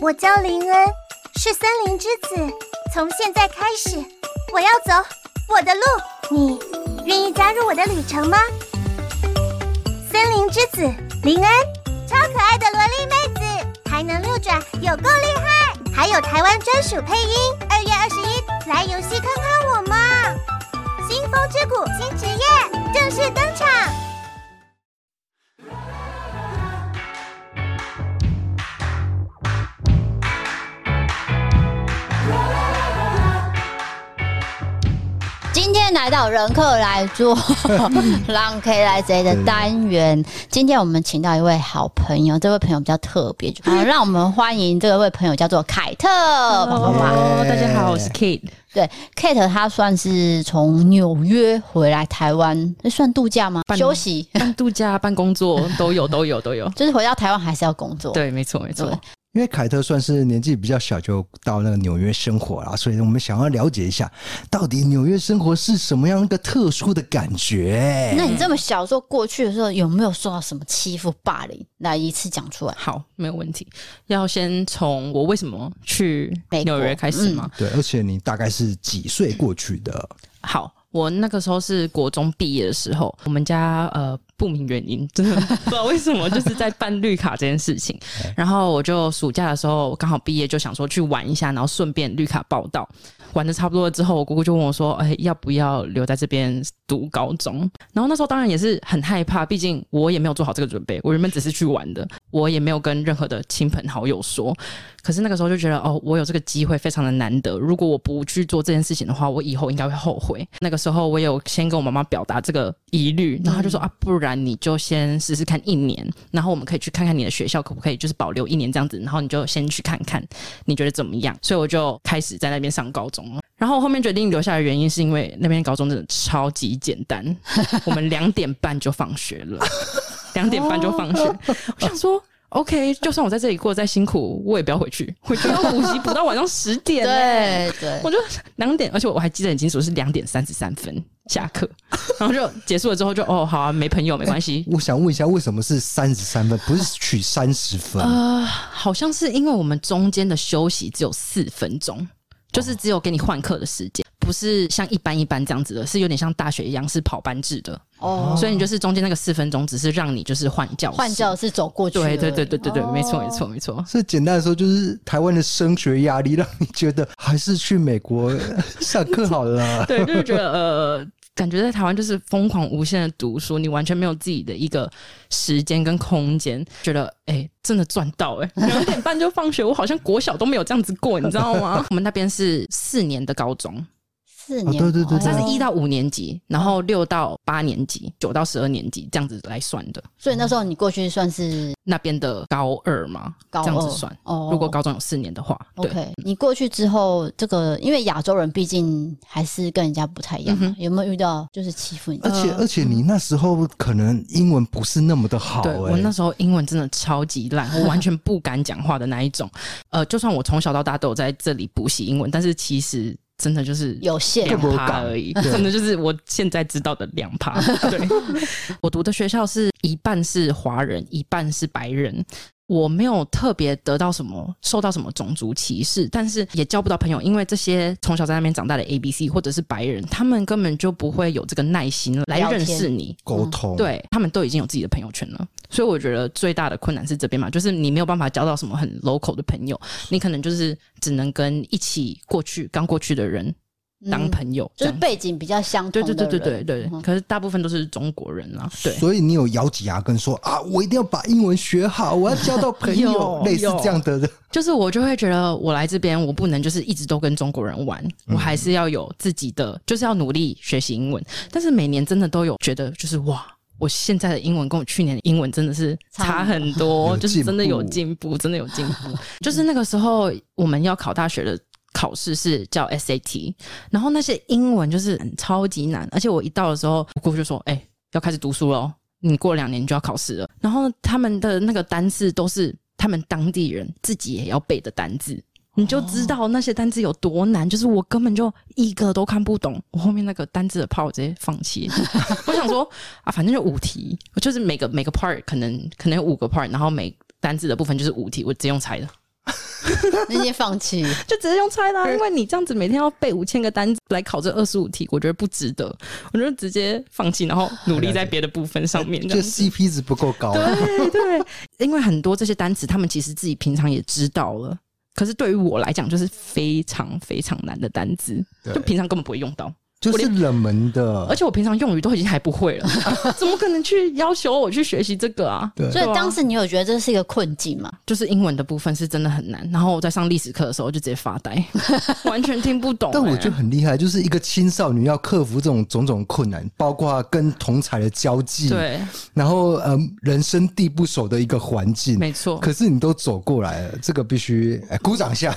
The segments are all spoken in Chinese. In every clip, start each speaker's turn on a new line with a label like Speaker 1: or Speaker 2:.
Speaker 1: 我叫林恩，是森林之子。从现在开始，我要走我的路。你愿意加入我的旅程吗？森林之子林恩，超可爱的萝莉妹子，还能六转，有够厉害！还有台湾专属配音。二月二十一，来游戏看看我嘛！新风之谷新职业正式登场。
Speaker 2: 今天来到人客来 做让 K 来贼的单元，今天我们请到一位好朋友，这位朋友比较特别，好，让我们欢迎这位朋友叫做凯特，宝宝妈。
Speaker 3: 哦，大家好，我是 Kid。
Speaker 2: 对，Kate 她算是从纽约回来台湾，那算度假吗？
Speaker 3: 半
Speaker 2: 休息，
Speaker 3: 办度假、办工作都有，都有，都有。
Speaker 2: 就是回到台湾还是要工作。
Speaker 3: 对，没错，没错
Speaker 2: 对。
Speaker 4: 因为凯特算是年纪比较小就到那个纽约生活了，所以我们想要了解一下，到底纽约生活是什么样一个特殊的感觉？
Speaker 2: 那你这么小时候过去的时候，有没有受到什么欺负、霸凌？来一次讲出来。
Speaker 3: 好，没有问题。要先从我为什么去
Speaker 2: 美国
Speaker 3: 纽约开始吗？
Speaker 4: 对，而且你大概是几岁过去的？
Speaker 3: 好，我那个时候是国中毕业的时候，我们家呃不明原因，真的不知道为什么，就是在办绿卡这件事情。然后我就暑假的时候刚好毕业，就想说去玩一下，然后顺便绿卡报到。玩的差不多了之后，我姑姑就问我说：“哎、要不要留在这边读高中？”然后那时候当然也是很害怕，毕竟我也没有做好这个准备，我原本只是去玩的，我也没有跟任何的亲朋好友说。可是那个时候就觉得，哦，我有这个机会非常的难得，如果我不去做这件事情的话，我以后应该会后悔。那个时候我有先跟我妈妈表达这个疑虑，然后她就说、啊，不然你就先试试看一年，然后我们可以去看看你的学校可不可以就是保留一年这样子，然后你就先去看看你觉得怎么样。所以我就开始在那边上高中了。然后我后面决定留下来的原因是因为那边高中真的超级简单，我们两点半就放学了，两点半就放学。我想说，OK，就算我在这里过得再辛苦，我也不要回去，回去要补习补到晚上十点、
Speaker 2: 对
Speaker 3: 欸。
Speaker 2: 哦对，
Speaker 3: 我就两点，而且我还记得很清楚是两点三十三分下课，然后就结束了之后就哦好啊，没朋友没关系。
Speaker 4: 我想问一下，为什么是三十三分，不是取三十分？
Speaker 3: 呃，好像是因为我们中间的休息只有四分钟，就是只有给你换课的时间，不是像一班一班这样子的，是有点像大学一样是跑班制的，
Speaker 2: 哦，
Speaker 3: 所以你就是中间那个四分钟只是让你就是换教室
Speaker 2: 换教。室走过去而已。
Speaker 3: 对对对对对对，没错没错没错。
Speaker 4: 所以简单的说，就是台湾的升学压力让你觉得还是去美国上课好 了。
Speaker 3: 对，就是觉得呃，感觉在台湾就是疯狂无限的读书，你完全没有自己的一个时间跟空间，觉得哎、真的赚到哎、两点半就放学，我好像国小都没有这样子过，你知道吗？我们那边是四年的高中，
Speaker 2: 四
Speaker 4: 哦
Speaker 2: 年，
Speaker 4: 对对对对
Speaker 3: 它是一到五年级，然后六到八年级，九到十二年级这样子来算的。
Speaker 2: 所以那时候你过去算是
Speaker 3: 那边的高二嘛，
Speaker 2: 高二
Speaker 3: 这样子算。
Speaker 2: 哦，
Speaker 3: 如果高中有四年的话，对。
Speaker 2: OK，你过去之后，这个因为亚洲人毕竟还是跟人家不太一样嘛，
Speaker 3: 嗯
Speaker 2: 有没有遇到就是欺负你？嗯
Speaker 4: 而
Speaker 3: 呃
Speaker 4: 且而且你那时候可能英文不是那么的好、欸，
Speaker 3: 对我那时候英文真的超级烂，我完全不敢讲话的那一种。呃，就算我从小到大都有在这里补习英文，但是其实真的就是
Speaker 2: 有限
Speaker 3: 两
Speaker 4: 更不
Speaker 3: 趴
Speaker 4: 敢
Speaker 3: 而已，
Speaker 4: 对
Speaker 3: 真的就是我现在知道的两趴。
Speaker 4: 欸
Speaker 3: 对，我读的学校是一半是华人，一半是白人。我没有特别得到什么，受到什么种族歧视，但是也交不到朋友，因为这些从小在那边长大的 A、B、C 或者是白人，他们根本就不会有这个耐心来
Speaker 2: 聊
Speaker 3: 认
Speaker 2: 天
Speaker 3: 识你。
Speaker 4: 沟通、，
Speaker 3: 对他们都已经有自己的朋友圈了，所以我觉得最大的困难是这边嘛，就是你没有办法交到什么很 local 的朋友，你可能就是只能跟一起过去刚过去的人当
Speaker 2: 友，
Speaker 3: 朋友，
Speaker 2: 嗯就
Speaker 3: 这
Speaker 2: 是
Speaker 3: 样子
Speaker 2: 背景比较相同
Speaker 3: 对
Speaker 2: 的
Speaker 3: 对对对对
Speaker 2: 人
Speaker 3: 对，
Speaker 2: 嗯
Speaker 3: 可是大部分都是中国人啦，对。
Speaker 4: 所以你有咬紧牙根说啊，我一定要把英文学好，我要交到朋友
Speaker 3: 有，
Speaker 4: 类似
Speaker 3: 有
Speaker 4: 这样的。
Speaker 3: 就是我就会觉得，我来这边我不能就是一直都跟中国人玩，我还是要有自己的，就是要努力学习英文。但是每年真的都有觉得，就是哇，我现在的英文跟我去年的英文真的是差很多，
Speaker 4: 有
Speaker 3: 就是真的有进
Speaker 4: 进
Speaker 3: 步，真的有进步。 就是那个时候我们要考大学的。考试是叫 SAT，然后那些英文就是很超级难，而且我一到的时候，我姑姑就说：“哎、要开始读书喽，你过两年就要考试了。”然后他们的那个单字都是他们当地人自己也要背的单字，你就知道那些单字有多难。就是我根本就一个都看不懂，我后面那个单字的 part 我直接放弃。 我想说啊，反正就五题，我就是每个每个 part 可能可能有五个 part，然后每单字的部分就是五题，我直接用猜的。
Speaker 2: 那些放 弃。
Speaker 3: 就直接用猜啦、因为你这样子每天要背五千个单子来考这二十五题，我觉得不值得，我就直接放弃，然后努力在别的部分上面。这
Speaker 4: 就
Speaker 3: 样 子
Speaker 4: CP 值不够高、啊。
Speaker 3: 对对，因为很多这些单词，他们其实自己平常也知道了，可是对于我来讲，就是非常非常难的单词，
Speaker 4: 对
Speaker 3: 就平常根本不会用到。
Speaker 4: 就是冷门的，
Speaker 3: 而且我平常用语都已经还不会了， 怎么可能去要求我去学习这个啊？
Speaker 4: 对
Speaker 2: 所以
Speaker 3: 对啊
Speaker 2: 当时你有觉得这是一个困境吗？
Speaker 3: 就是英文的部分是真的很难，然后我在上历史课的时候就直接发 呆，完全听不懂、
Speaker 4: 但我
Speaker 3: 欸
Speaker 4: 觉得很厉害，就是一个青少年要克服这种种种困难，包括跟同才的交际，，
Speaker 3: 对，
Speaker 4: 然后呃人生地不熟的一个环境，
Speaker 3: 没错。
Speaker 4: 可是你都走过来了，这个必须、哎鼓掌一下。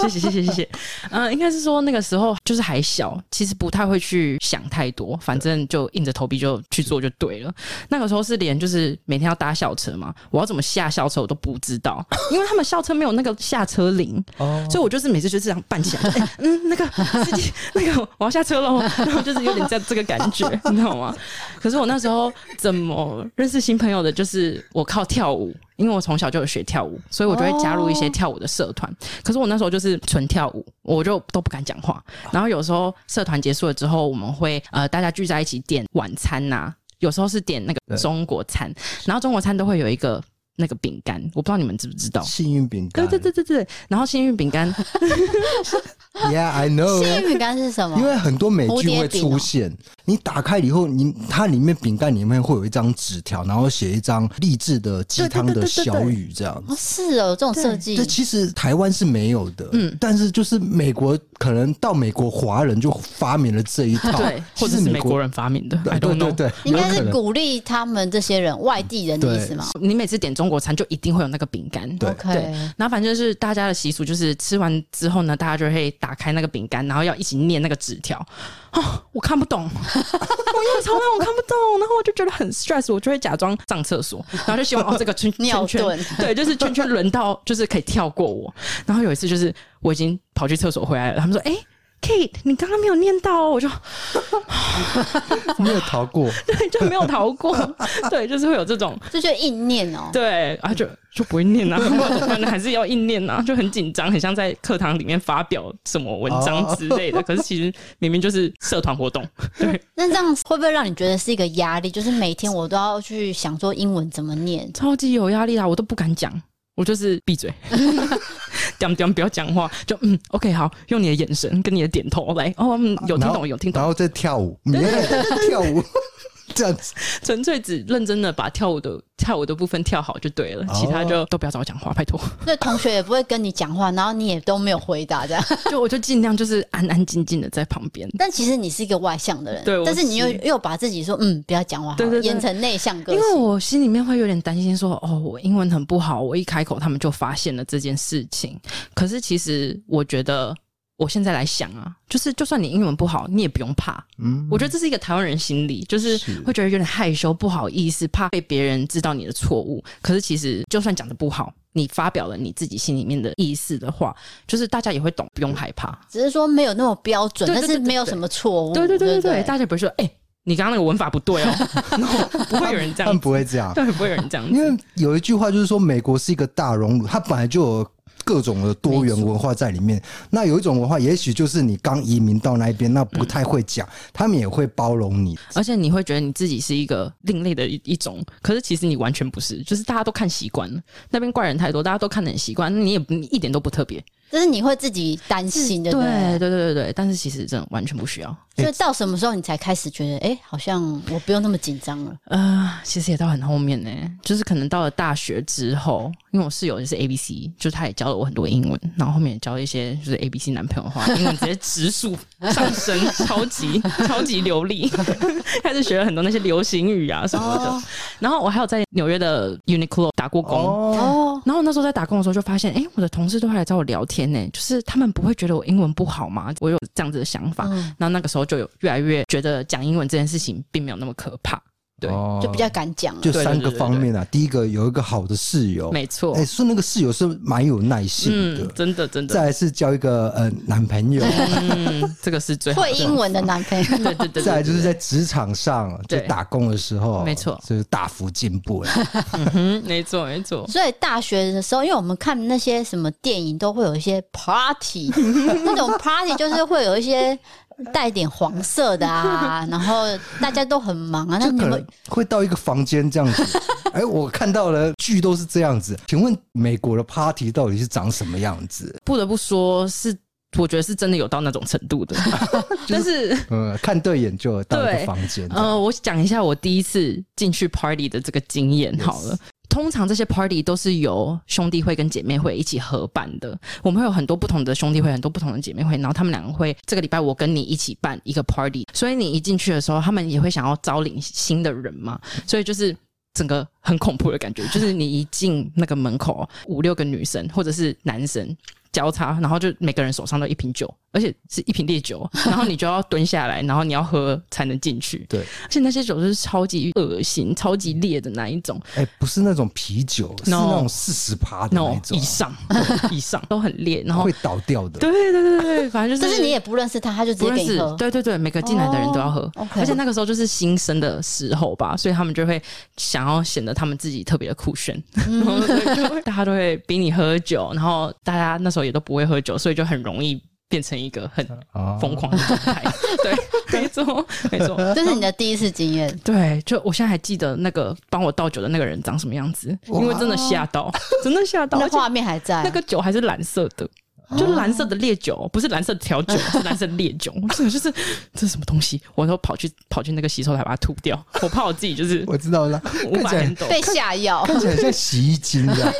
Speaker 3: 谢谢谢谢谢谢，嗯、应该是说那个时候就是还小，其实不太会去想太多，反正就硬着头皮就去做就对了。那个时候是连就是每天要搭校车嘛，我要怎么下校车我都不知道，因为他们校车没有那个下车铃，
Speaker 4: 哦
Speaker 3: 所以我就是每次就这样扮起来，就哎嗯，那个司机，那个我要下车喽，然后就是有点这这个感觉，你知道吗？可是我那时候怎么认识新朋友的，就是我靠跳舞。因为我从小就有学跳舞，所以我就会加入一些跳舞的社团。可是我那时候就是纯跳舞，我就都不敢讲话。然后有时候社团结束了之后，我们会呃大家聚在一起点晚餐呐、有时候是点那个
Speaker 4: 对
Speaker 3: 中国餐，然后中国餐都会有一个那个饼干，我不知道你们知不知道。
Speaker 4: 幸运饼
Speaker 3: 对
Speaker 4: 干，
Speaker 3: 对对对对，然后幸运饼干
Speaker 4: ，Yeah I know。
Speaker 2: 幸运饼干是什么
Speaker 4: 呃因？为很多美剧会
Speaker 2: 蝴蝶饼
Speaker 4: 出
Speaker 2: 哦
Speaker 4: 现，你打开以后，你它里面饼干里面会有一张纸条，然后写一张励志的鸡汤
Speaker 3: 对对
Speaker 4: 的
Speaker 3: 对对对
Speaker 4: 小语这样
Speaker 2: 哦，是哦，这种设计
Speaker 4: 对，其实台湾是没有的，嗯，但是就是美国可能到美国华人就发明了这一套，
Speaker 3: 对，
Speaker 4: 其
Speaker 3: 或
Speaker 4: 实
Speaker 3: 者是
Speaker 4: 美
Speaker 3: 美国，人发明的
Speaker 4: 对
Speaker 3: ，I
Speaker 4: 对
Speaker 3: don't
Speaker 4: 对
Speaker 3: know。
Speaker 4: 对，
Speaker 2: 应该
Speaker 4: 有可
Speaker 2: 是
Speaker 4: 能
Speaker 2: 鼓励他们这些人外地人的意思吗
Speaker 3: 你每次点中国餐就一定会有那个饼干，
Speaker 4: 对
Speaker 2: ？OK，
Speaker 3: 然后反正就是大家的习俗，就是吃完之后呢，大家就会打开那个饼干，然后要一起念那个纸条。哦，我看 不懂，我因为超难，我看不懂，然后我就觉得很 stress，我就会假装上厕所，然后就希 望哦这个圈
Speaker 2: 尿
Speaker 3: 圈
Speaker 2: 遁
Speaker 3: 圈， 对，就是圈圈轮到就是可以跳过我。然后有一次就是我已经跑去厕所回来了，他 们说：“哎、Kate，你刚刚没有念到哦。”我就
Speaker 4: 没有逃过，
Speaker 3: 对，就没有逃 过，对，就是会有这种
Speaker 2: 这就意念哦。
Speaker 3: 对啊，就就不会念 啊，反正还是要硬念啊，就很紧张，很像在课堂里面发表什么文章之类 的。可是其实明明就是社团活动，
Speaker 2: 那这样会不会让你觉得是一个压力？就是每天我都要去想说英文怎么念，
Speaker 3: 超级有压力啊，我都不敢讲，我就是闭嘴。 讲讲不要讲话，就嗯，OK，好，用你的眼神跟你的点头来，哦，嗯， 有听
Speaker 4: 然后
Speaker 3: 懂，有听懂
Speaker 4: 然，后再跳 舞， 跳舞这样子，
Speaker 3: 纯粹只认真的把跳舞的跳舞的部分跳好就对了，其他就都不要找我讲话，拜 托。
Speaker 2: 所以同学也不会跟你讲话，然后你也都没有回答这 样。
Speaker 3: 就我就尽量就是安安静静的在旁边，
Speaker 2: 但其实你是一个外向的人，啊
Speaker 3: 对我
Speaker 2: 但是你又
Speaker 3: 是
Speaker 2: 又把自己说嗯，不要讲话好了，
Speaker 3: 对对对
Speaker 2: 演成内向个
Speaker 3: 因
Speaker 2: 性。
Speaker 3: 为我心里面会有点担心说，哦，我英文很不好，我一开口他们就发现了这件事情。可是其实我觉得，我现在来想啊，就是就算你英文不好，你也不用怕。
Speaker 4: 嗯，
Speaker 3: 我觉得这是一个台湾人心理，就是
Speaker 4: 是
Speaker 3: 会觉得有点害羞、不好意思，怕被别人知道你的错误。可是其实就算讲的不好，你发表了你自己心里面的意思的话，就是大家也会懂，不用害怕。
Speaker 2: 只是说没有那么标准，
Speaker 3: 对对
Speaker 2: 但
Speaker 3: 对
Speaker 2: 是没有什么错误。
Speaker 3: 对对
Speaker 2: 哦对
Speaker 3: 对对
Speaker 2: 不
Speaker 3: 对，大家不会说，哎、你刚刚那个文法不对哦，no, 不会有人这
Speaker 4: 他们
Speaker 3: 样，
Speaker 4: 不会这样，
Speaker 3: 对，不会有人这样子，
Speaker 4: 因为有一句话就是说，美国是一个大熔炉，它本来就有各种的多元文化在里面。那有一种文化，也许就是你刚移民到那边，那不太会讲，他们也会包容你。
Speaker 3: 而且你会觉得你自己是一个另类的一一种，可是其实你完全不是，就是大家都看习惯了，那边怪人太多，大家都看得很习惯，那你也不你一点都不特别。
Speaker 2: 就是你会自己担心，对不对？
Speaker 3: 对对对对，但是其实真的完全不需要。
Speaker 2: 所以到什么时候你才开始觉得，哎、好像我不用那么紧张了？
Speaker 3: 呃，其实也到很后面呢、就是可能到了大学之后，因为我室友也是 A B C，就他也教了我很多英文，然后后面也教了一些就是 A B C 男朋友的话，英文直接直速上升，超级超级流利，开始学了很多那些流行语啊什么的。然后我还有在纽约的 Uniqlo 打过工，
Speaker 4: 哦，
Speaker 2: 哦，
Speaker 3: 然后那时候在打工的时候就发现，哎、我的同事都会来找我聊天呢、就是他们不会觉得我英文不好吗？我
Speaker 4: 哦
Speaker 3: 有这样子的想法。
Speaker 2: 嗯
Speaker 3: 然后那个时候就有越来越觉得讲英文这件事情并没有那么可怕。对
Speaker 4: 哦
Speaker 2: 就比较敢讲了。
Speaker 4: 就
Speaker 3: 对对
Speaker 4: 三
Speaker 3: 对
Speaker 4: 个
Speaker 3: 对
Speaker 4: 方面啊。第一个有一个好的室友，
Speaker 3: 没错
Speaker 4: 哎、，说那个室友是蛮有耐心的。
Speaker 3: 嗯，真的真
Speaker 4: 再
Speaker 3: 的，
Speaker 4: 来是交一个呃男朋 友，
Speaker 3: 嗯，这个是最好的
Speaker 2: 会英，文的男朋友，
Speaker 3: 对对对，
Speaker 4: 再来就是
Speaker 3: 在
Speaker 4: 在职场上就
Speaker 3: 对
Speaker 4: 打工的时候，
Speaker 3: 没错
Speaker 4: 就是大幅进步了。
Speaker 3: 嗯，没错没错，
Speaker 2: 所以大学的时候，因为我们看那些什么电影，都会有一些 party，那种 party 就是会有一些带点黄色的 啊，然后大家都很忙啊。那
Speaker 4: 就
Speaker 2: 你
Speaker 4: 可
Speaker 2: 们
Speaker 4: 能会到一个房间这样 子。哎，我看到了剧都是这样子。请问美国的 party 到底是长什么样子？
Speaker 3: 不得不说是。我觉得是真的有到那种程度的，但是
Speaker 4: 呃，看对眼就到一个
Speaker 3: 对
Speaker 4: 房间。
Speaker 3: 呃，我讲一下我第一次进去 party 的这个经验好了。通常这些 party 都是由兄弟会跟姐妹会一起合办的，我们会有很多不同的兄弟会，很多不同的姐妹会，然后他们两个会这个礼拜我跟你一起办一个 party，所以你一进去的时候，他们也会想要招领新的人嘛，所以就是。整个很恐怖的感觉，就是你一进那个门口，五六个女生或者是男生交叉，然后就每个人手上都一瓶酒，而且是一瓶烈酒，然后你就要蹲下来，然后你要喝才能进去。
Speaker 4: 对，
Speaker 3: 而且那些酒就是超级恶心、超级烈的那一种
Speaker 4: 哎，不是那种啤酒，是
Speaker 3: No
Speaker 4: 那种四十趴的那
Speaker 3: ，no
Speaker 4: 一种
Speaker 3: 以，上对以上 都很烈，然后
Speaker 4: 会倒掉的。
Speaker 3: 对对对对，反正就
Speaker 2: 但
Speaker 3: 是
Speaker 2: 是你也不认识他，他就直
Speaker 3: 不
Speaker 2: 接
Speaker 3: 认
Speaker 2: 给你
Speaker 3: 识
Speaker 2: 喝，。
Speaker 3: 对对对，每个进来的人都要喝，
Speaker 2: 哦，OK
Speaker 3: 而且那个时候就是新生的时候吧，所以他们就会想要显得他们自己特别的酷炫，
Speaker 2: 嗯
Speaker 3: 然后就会大家都会逼你喝酒，然后大家那时候也都不会喝酒，所以就很容易变成一个很
Speaker 4: 啊
Speaker 3: 疯狂的
Speaker 2: 嗯
Speaker 3: 状态。 对，没错，没错。
Speaker 2: 这是你的第一次经验。
Speaker 3: 对，就我现在还记得那个帮我倒酒的那个人长什么样子，因为真的吓到，真的吓到，
Speaker 2: 那
Speaker 3: 而且
Speaker 2: 画面还在，
Speaker 3: 那个酒还是蓝色的，就蓝色的烈酒，不是蓝色的调酒，是蓝色的烈酒。我真的就是这是什么东西？我都跑去跑去那个洗手台把它吐掉，我怕我自己就是
Speaker 4: 我知道 了，
Speaker 3: 无
Speaker 4: 看
Speaker 3: 法
Speaker 4: 起来
Speaker 3: handle。
Speaker 2: 被下药。
Speaker 4: 看起来像洗衣精一样。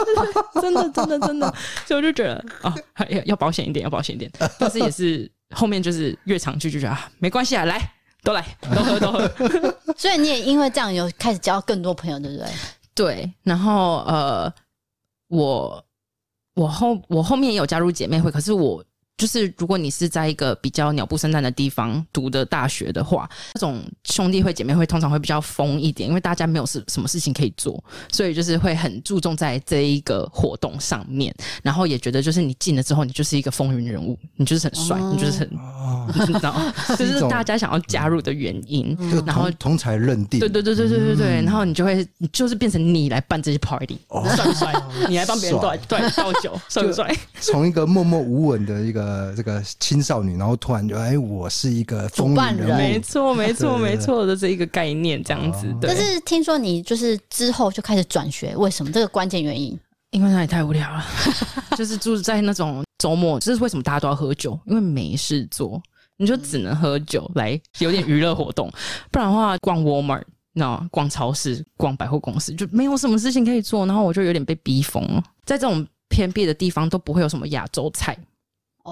Speaker 3: 真的真的真的，所以我就觉得啊，要要保险一点，要保险一点。但是也是后面就是越常去就觉得啊，没关系啊，来都来都喝都喝。
Speaker 2: 所以你也因为这样有开始交更多朋友，对不对？
Speaker 3: 对，然后呃，我我后我后面也有加入姐妹会，可是我就是如果你是在一个比较鸟不生蛋的地方读的大学的话，那种兄弟会姐妹会通常会比较疯一点，因为大家没有事什么事情可以做，所以就是会很注重在这一个活动上面，然后也觉得就是你进了之后，你就是一个风云人物，你就是很帅，你就是很。
Speaker 4: 哦，
Speaker 3: 你知道吗，就
Speaker 4: 一
Speaker 3: 是
Speaker 4: 种
Speaker 3: 大家想要加入的原因，
Speaker 4: 就
Speaker 3: 嗯然后
Speaker 4: 同同才认定。
Speaker 3: 对对对对对对对，然后你就会你就是变成你来办这些 party，帅不帅？你来帮别人
Speaker 4: 帅
Speaker 3: 倒对倒酒，帅不帅？
Speaker 4: 从一个默默无闻的一个这个青少女，然后突然就哎，我是一个风
Speaker 2: 主办
Speaker 4: 云
Speaker 2: 人
Speaker 4: 人
Speaker 3: 没
Speaker 4: 物。
Speaker 3: 错没错
Speaker 4: 对对对
Speaker 3: 没错的这一个概念，这样子。对
Speaker 2: 但是听说你就是之后就开始转学，为什么？这个关键原因。
Speaker 3: 因为那里太无聊了，就是住在那种周末，这是为什么大家都要喝酒，因为没事做，你就只能喝酒来有点娱乐活动，不然的话逛 Walmart。那逛超市、逛百货公司就没有什么事情可以做，然后我就有点被逼疯了。在这种偏僻的地方都不会有什么亚洲菜，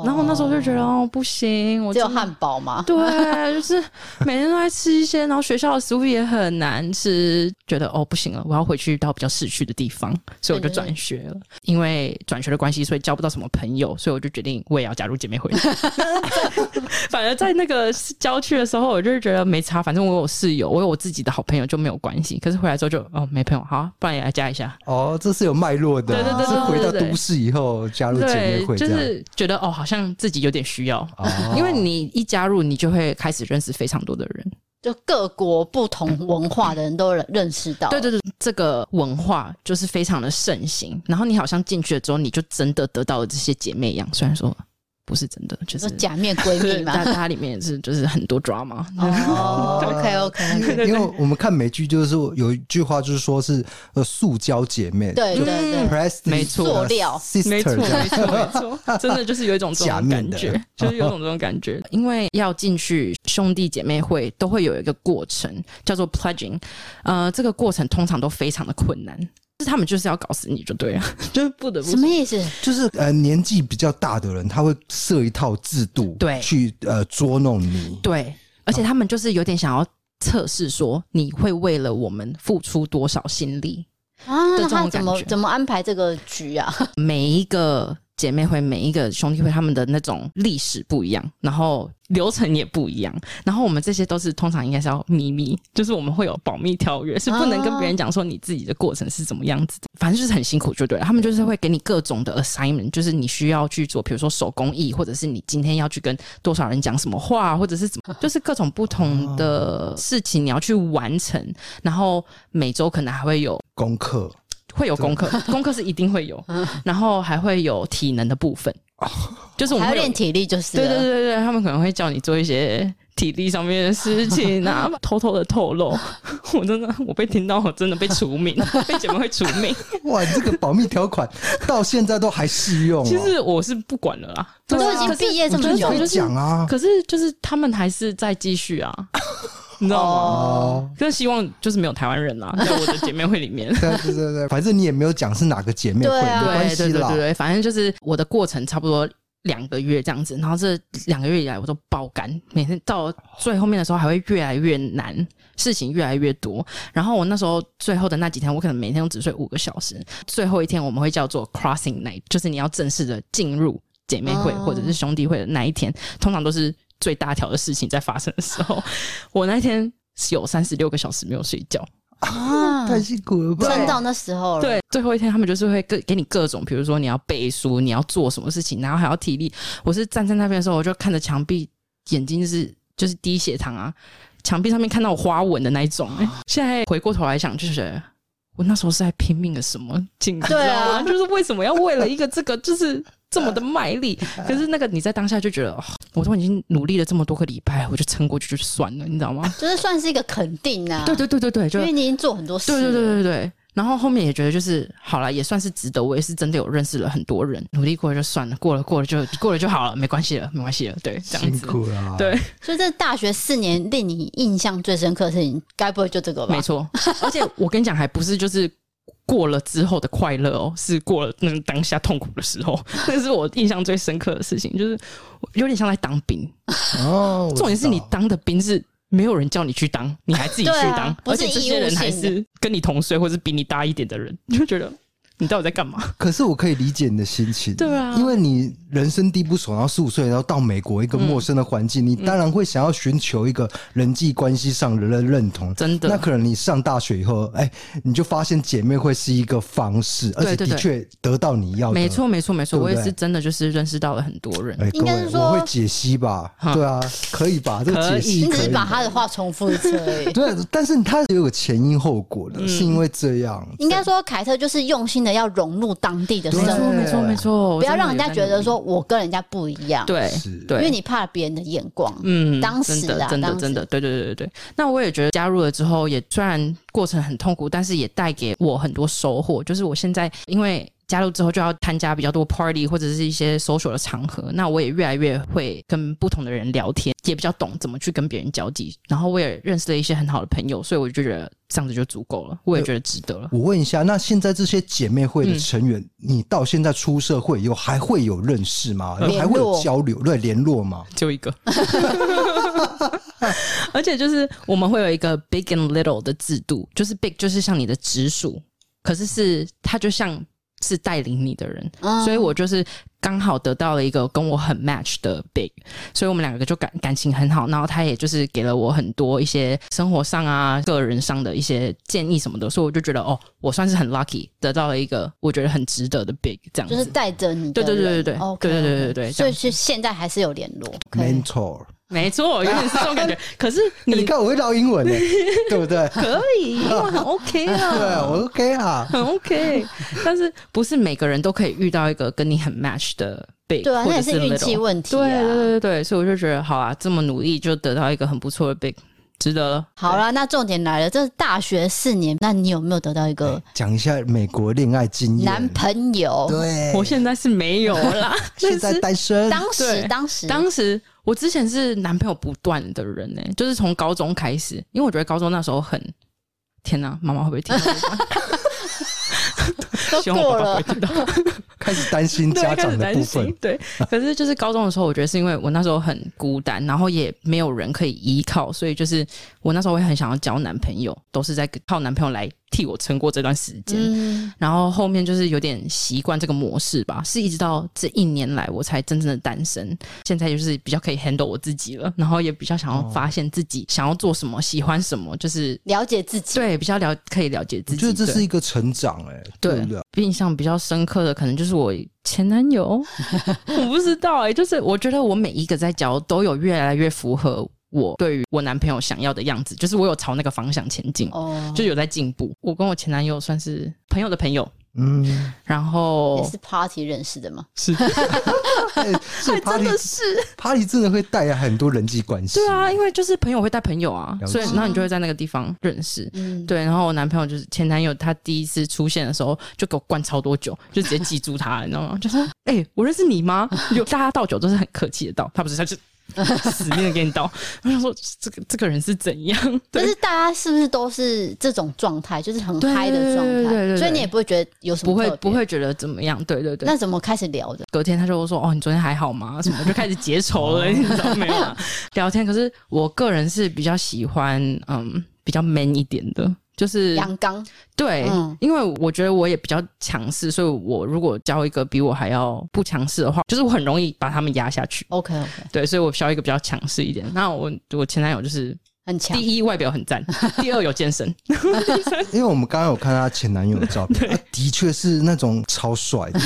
Speaker 3: 然后那时候就觉得哦不行，我
Speaker 2: 只有
Speaker 3: 真的
Speaker 2: 汉堡嘛，
Speaker 3: 对，啊就是每天都在吃一些，然后学校的食物也很难吃，觉得哦不行了，我要回去到比较市区的地方，所以我就转学了。因为转学的关系，所以交不到什么朋友，所以我就决定我也要加入姐 妹会。反而在那个郊区的时候，我就是觉得没差，反正我有室友，我有我自己的好朋友就没有关系。可是回来之后就哦没朋友，好，不然也来加一下。
Speaker 4: 哦，这是有脉络的啊，
Speaker 3: 对对对对
Speaker 4: 是回到
Speaker 3: 对对对
Speaker 4: 都市以后加入姐妹
Speaker 3: 对
Speaker 4: 会，这
Speaker 3: 就
Speaker 4: 样。
Speaker 3: 是觉得哦，好像自己有点需要。
Speaker 4: 哦
Speaker 3: 因为你一加入，你就会开始认识非常多的人，
Speaker 2: 就各国不同文化的人都认识
Speaker 4: 哦
Speaker 2: 到。
Speaker 3: 对对对，这个文化就是非常的盛行。然后你好像进去了之后，你就真的得到了这些姐妹一样，虽然说不是真的，就
Speaker 2: 说
Speaker 3: 是
Speaker 2: 假面闺
Speaker 3: 对
Speaker 2: 蜜
Speaker 3: 大
Speaker 2: 嘛。
Speaker 3: 家里面也是就是很多 drama。
Speaker 2: 哦 ，OK
Speaker 4: 对
Speaker 2: OK，
Speaker 4: 因为我们看美剧，就是有一句话，就是说是呃，塑胶姐妹，
Speaker 2: 对对对，
Speaker 4: ，plastic，
Speaker 3: 没错
Speaker 2: 塑料
Speaker 4: 呃 sister
Speaker 3: 没错，
Speaker 4: 这
Speaker 3: 没
Speaker 4: 样。
Speaker 3: 错，没错，真的就是有一种 这
Speaker 4: 假
Speaker 3: 种
Speaker 4: 面
Speaker 3: 感
Speaker 4: 的
Speaker 3: 觉，就是有一种这种 感觉。因为要进去兄弟姐妹会，都会有一个过程叫做 pledging，呃，这个过程通常都非常的困难，就是他们就是要搞死你就对了， 就是不得不
Speaker 2: 什么意思？
Speaker 4: 就是呃，年纪比较大的人，他会设一套制度，
Speaker 3: 对
Speaker 4: 去呃捉弄你，
Speaker 3: 对，而且他们就是有点想要测试，说你会为了我们付出多少心力。
Speaker 2: 啊，
Speaker 3: 的
Speaker 2: 那
Speaker 3: 这种
Speaker 2: 他怎么
Speaker 3: 感觉
Speaker 2: 怎么安排这个局啊？
Speaker 3: 每一个姐妹会、每一个兄弟会，他们的那种历史不一样，然后流程也不一样。然后我们这些都是通常应该是要秘密，就是我们会有保密条约，是不能跟别人讲说你自己的过程是怎么样子的。反正就是很辛苦，就对了。他们就是会给你各种的 assignment，就是你需要去做，比如说手工艺，或者是你今天要去跟多少人讲什么话，或者是怎么，就是各种不同的事情你要去完成。然后每周可能还会有
Speaker 4: 功课
Speaker 3: 会有功课， 功课是一定会有，
Speaker 2: 嗯
Speaker 3: 然后还会有体能的部分，
Speaker 4: 哦
Speaker 3: 就是我们
Speaker 2: 还
Speaker 3: 会
Speaker 2: 要
Speaker 3: 有
Speaker 2: 练体力就是了。
Speaker 3: 对对对对，他们可能会叫你做一些体力上面的事情 啊，偷偷的透露。 我真的，我被听到，我真的被除 名，被姐妹会除名。
Speaker 4: 哇，你这个保密条款到现在都还适用、哦。
Speaker 3: 其实我是不管了啦，
Speaker 2: 都
Speaker 3: 对啊
Speaker 2: 已经毕业这
Speaker 3: 可
Speaker 2: 么
Speaker 3: 是
Speaker 2: 久
Speaker 3: 我
Speaker 2: 了
Speaker 3: 觉得
Speaker 4: 可以
Speaker 3: 就是
Speaker 4: 讲啊，
Speaker 3: 可是就是他们还是在继续啊，你知道吗？
Speaker 4: 哦，
Speaker 3: 更希望就是没有台湾人啦，在我的姐妹会里面。
Speaker 4: 对对对对， 反正你也没有讲是哪个姐妹会，
Speaker 2: 对啊
Speaker 4: 没关
Speaker 3: 对对
Speaker 4: 系
Speaker 3: 对对
Speaker 4: 啦。
Speaker 3: 对，反正就是我的过程差不多两个月这样子，然后这两个月以来我都爆肝，每天到最后面的时候还会越来越难，事情越来越多。然后我那时候最后的那几天，我可能每天都只睡五个小时，最后一天我们会叫做 crossing night，就是你要正式的进入姐妹会
Speaker 2: 哦
Speaker 3: 或者是兄弟会的那一天，通常都是最大条的事情在发生的时候。我那天有三十六个小时没有睡觉。
Speaker 2: 啊，
Speaker 4: 太辛苦了吧？
Speaker 2: 撑到那时候了。
Speaker 3: 对，最后一天他们就是会各给你各种，比如说你要背书，你要做什么事情，然后还要体力。我是站在那边的时候，我就看着墙壁，眼睛是就是低血糖啊，墙壁上面看到有花纹的那一种、欸。现在回过头来想，就是觉得我那时候是在拼命的什么劲，你知道
Speaker 2: 对啊
Speaker 3: 吗就是为什么要为了一个这个，就是。这么的卖力，可是那个你在当下就觉得，哦我都已经努力了这么多个礼拜，我就撑过去就算了，你知 道吗？
Speaker 2: 就是算是一个肯定啊。
Speaker 3: 对对对对对，就
Speaker 2: 因为你已经做很多事。
Speaker 3: 对对对。对对。然后后面也觉得就是好了，也算是值得。我也是真的有认识了很多人，努力过了就算了，过了过了就过了就好了，没关系了，没关系了。对，这样
Speaker 4: 辛
Speaker 3: 子。
Speaker 4: 苦了啊。
Speaker 3: 对，
Speaker 2: 所以这大学四年令你印象最深刻的事情，该不会就这个吧？
Speaker 3: 没错。而且我跟你讲，还不是就是过了之后的快乐哦， 是过了那个当下痛苦的时候， 那是我印象最深刻的事情，就是有点像在当兵。
Speaker 4: 哦，我
Speaker 3: 重点是
Speaker 4: 知
Speaker 3: 你
Speaker 4: 道
Speaker 3: 当的兵是。没有人叫你去当，你还自己去
Speaker 2: 对啊
Speaker 3: 当，
Speaker 2: 不
Speaker 3: 而
Speaker 2: 是
Speaker 3: 且这
Speaker 2: 义
Speaker 3: 些
Speaker 2: 务
Speaker 3: 人还
Speaker 2: 性的
Speaker 3: 是跟你同岁或是比你大一点的人，你就觉得你到底在干嘛？
Speaker 4: 可是我可以理解你的心情，
Speaker 3: 对啊
Speaker 4: 因为你人生地不熟，然后十五岁，然后到美国一个陌生的环
Speaker 3: 嗯
Speaker 4: 境，你当然会想要寻求一个人际关系上的认认同。
Speaker 3: 真的
Speaker 4: 那可能你上大学以后，哎、你就发现姐妹会是一个方式，而且
Speaker 3: 对对
Speaker 4: 的确得到你要的。
Speaker 3: 没错，没错，没错，
Speaker 4: 对不
Speaker 3: 我
Speaker 4: 对
Speaker 3: 也是真的就是认识到了很多人。
Speaker 4: 哎，各
Speaker 2: 应该
Speaker 4: 位
Speaker 2: 是，说
Speaker 4: 我会解析吧？
Speaker 3: 哈
Speaker 4: 对啊，可以吧？这个解析
Speaker 2: 你
Speaker 4: 可
Speaker 2: 只
Speaker 4: 以
Speaker 2: 是把
Speaker 4: 吧。
Speaker 2: 他的话重复一次而 已。
Speaker 4: 对，啊但是它也有前因后果的，是因为这样。
Speaker 2: 应该说，凯特就是用心的要融入当地的生
Speaker 4: 对
Speaker 2: 活，
Speaker 3: 没错，没错，
Speaker 2: 不要让
Speaker 3: 我
Speaker 2: 人
Speaker 3: 真
Speaker 2: 家
Speaker 3: 的有
Speaker 2: 觉
Speaker 3: 在努
Speaker 2: 得
Speaker 3: 力
Speaker 2: 说我跟人家不一样，，
Speaker 3: 对
Speaker 4: 是
Speaker 3: 对，
Speaker 2: 因为你怕别人的眼光。
Speaker 3: 嗯，
Speaker 2: 当时
Speaker 3: 真的
Speaker 2: 啊
Speaker 3: 真的
Speaker 2: 当时
Speaker 3: 真的，对对对对对。那我也觉得加入了之后，也虽然过程很痛苦，但是也带给我很多收获。就是我现在因为加入之后就要参加比较多 party 或者是一些 social 的场合，那我也越来越会跟不同的人聊天，也比较懂怎么去跟别人交际。然后我也认识了一些很好的朋友，所以我就觉得这样子就足够了，我也觉得值得了。
Speaker 4: 我问一下，那现在这些姐妹会的成员，你到现在出社会以后，还会有认识吗？
Speaker 2: 联络
Speaker 4: 还会有交流、对联络吗？
Speaker 3: 就一个。 而且就是我们会有一个 big and little 的制度，就是 big 就是像你的直属，可是是他就像是带领你的人，
Speaker 2: 嗯
Speaker 3: 所以我就是刚好得到了一个跟我很 match 的 big，所以我们两个就感感情很好，然后他也就是给了我很多一些生活上啊、个人上的一些建议什么的，所以我就觉得哦，我算是很 lucky 得到了一个我觉得很值得的 big 这样子，
Speaker 2: 嗯就是带着你的
Speaker 3: 对
Speaker 2: 人，
Speaker 3: 对对对对
Speaker 2: o
Speaker 3: 对
Speaker 2: k
Speaker 3: 对对对对
Speaker 2: 所以是现在还是有联络。
Speaker 4: mentor。
Speaker 3: 没错，有点是这种 感觉。可是
Speaker 4: 你
Speaker 3: 你
Speaker 4: 看我会唠英文呢，对不对？
Speaker 3: 可以，因 为很 OK
Speaker 4: 对，
Speaker 3: 啊，
Speaker 4: 我 OK 啊。
Speaker 3: 很 OK。但是不是每个人都可以遇到一个跟你很 match 的 big，
Speaker 2: 对啊，
Speaker 3: 或
Speaker 2: 那
Speaker 3: 者
Speaker 2: 也是运气
Speaker 3: little
Speaker 2: 问题、啊。
Speaker 3: 对对对对对，所以我就觉得好啊，这么努力就得到一个很不错的 big，值得了。
Speaker 2: 好啦，那重点来了，这大学四年，那你有没有得到一个
Speaker 4: 讲一下美国恋爱经验。
Speaker 2: 男朋友？
Speaker 4: 对，
Speaker 3: 我现在是没 有啦，
Speaker 4: 现
Speaker 3: 但
Speaker 4: 在
Speaker 3: 是
Speaker 4: 单身。
Speaker 2: 当时，
Speaker 3: 对
Speaker 2: 当时，
Speaker 3: 当时我之前是男朋友不断的人呢、欸就是从高中开始，因为我觉得高中那时候很，天哪、妈妈会不会听 到这段？希望我爸爸不会听到。
Speaker 4: 开始担心
Speaker 3: 对，
Speaker 4: 家
Speaker 3: 开
Speaker 4: 长
Speaker 3: 始
Speaker 4: 的
Speaker 3: 担
Speaker 4: 部
Speaker 3: 心
Speaker 4: 分。
Speaker 3: 对，可是就是高中的时候，我觉得是因为我那时候很孤单，然后也没有人可以依靠，所以就是我那时候会很想要交男朋友，都是在靠男朋友来替我撑过这段时间。
Speaker 2: 嗯，
Speaker 3: 然后后面就是有点习惯这个模式吧，是一直到这一年来我才真正的单身。现在就是比较可以 handle 我自己
Speaker 4: 哦
Speaker 3: 了，然后也比较想要发现自己想要做什么、喜欢什么，就是
Speaker 2: 了解自己，
Speaker 3: 对比较了可以了解自
Speaker 4: 我
Speaker 3: 己。
Speaker 4: 觉得这
Speaker 3: 对
Speaker 4: 是一个成长、哎，对不对？
Speaker 3: 印象比较深刻的，可能就是我前男友， 我不知道哎、就是我觉得我每一个在交都有越来越符合我对于我男朋友想要的样子，就是我有朝那个方向前进，
Speaker 2: 哦，
Speaker 3: 就有在进步。我跟我前男友算是朋友的朋友，
Speaker 4: 嗯，
Speaker 3: 然后
Speaker 2: 也是 party 认识的嘛，
Speaker 3: 是
Speaker 4: 哎所以 party
Speaker 3: 是
Speaker 4: party 真的会带来很多人际关系，
Speaker 3: 对啊，因为就是朋友会带朋友啊，
Speaker 4: 了解
Speaker 3: 所以那你就会在那个地方认识。
Speaker 2: 嗯，
Speaker 3: 对，然后我男朋友就是前男友，他第一次出现的时候就给我灌超多酒，就直接记住他，你知道吗？就说：“哎、我认识你吗？”就大家倒酒都是很客气的倒，他不是，他 就死命的给你倒。我想说，这个这个人是怎样？
Speaker 2: 但
Speaker 3: 对
Speaker 2: 是大家是不是都是这种状态，就是很
Speaker 3: 对
Speaker 2: 嗨的状
Speaker 3: 对对对
Speaker 2: 态，
Speaker 3: 对
Speaker 2: 所以你也不会觉得有什么
Speaker 3: 不会
Speaker 2: 特别
Speaker 3: 不。会觉得怎么样？对对对。
Speaker 2: 那怎么开始聊的？
Speaker 3: 隔天他就说：“哦，你昨天还好吗？”什么我就开始结仇了，你知道没有啊？聊天，可是我个人是比较喜欢嗯比较 man 一点的，就是
Speaker 2: 阳刚，
Speaker 3: 对，
Speaker 2: 嗯
Speaker 3: 因为我觉得我也比较强势，所以我如果交一个比我还要不强势的话，就是我很容易把他们压下去。
Speaker 2: OK OK，
Speaker 3: 对，所以我需要一个比较强势一点。那我我前男友就是
Speaker 2: 很强。
Speaker 3: 第一外表很赞，第二有健身，
Speaker 4: 因为我们刚刚有看她前男友的照片，他的确是那种超帅的，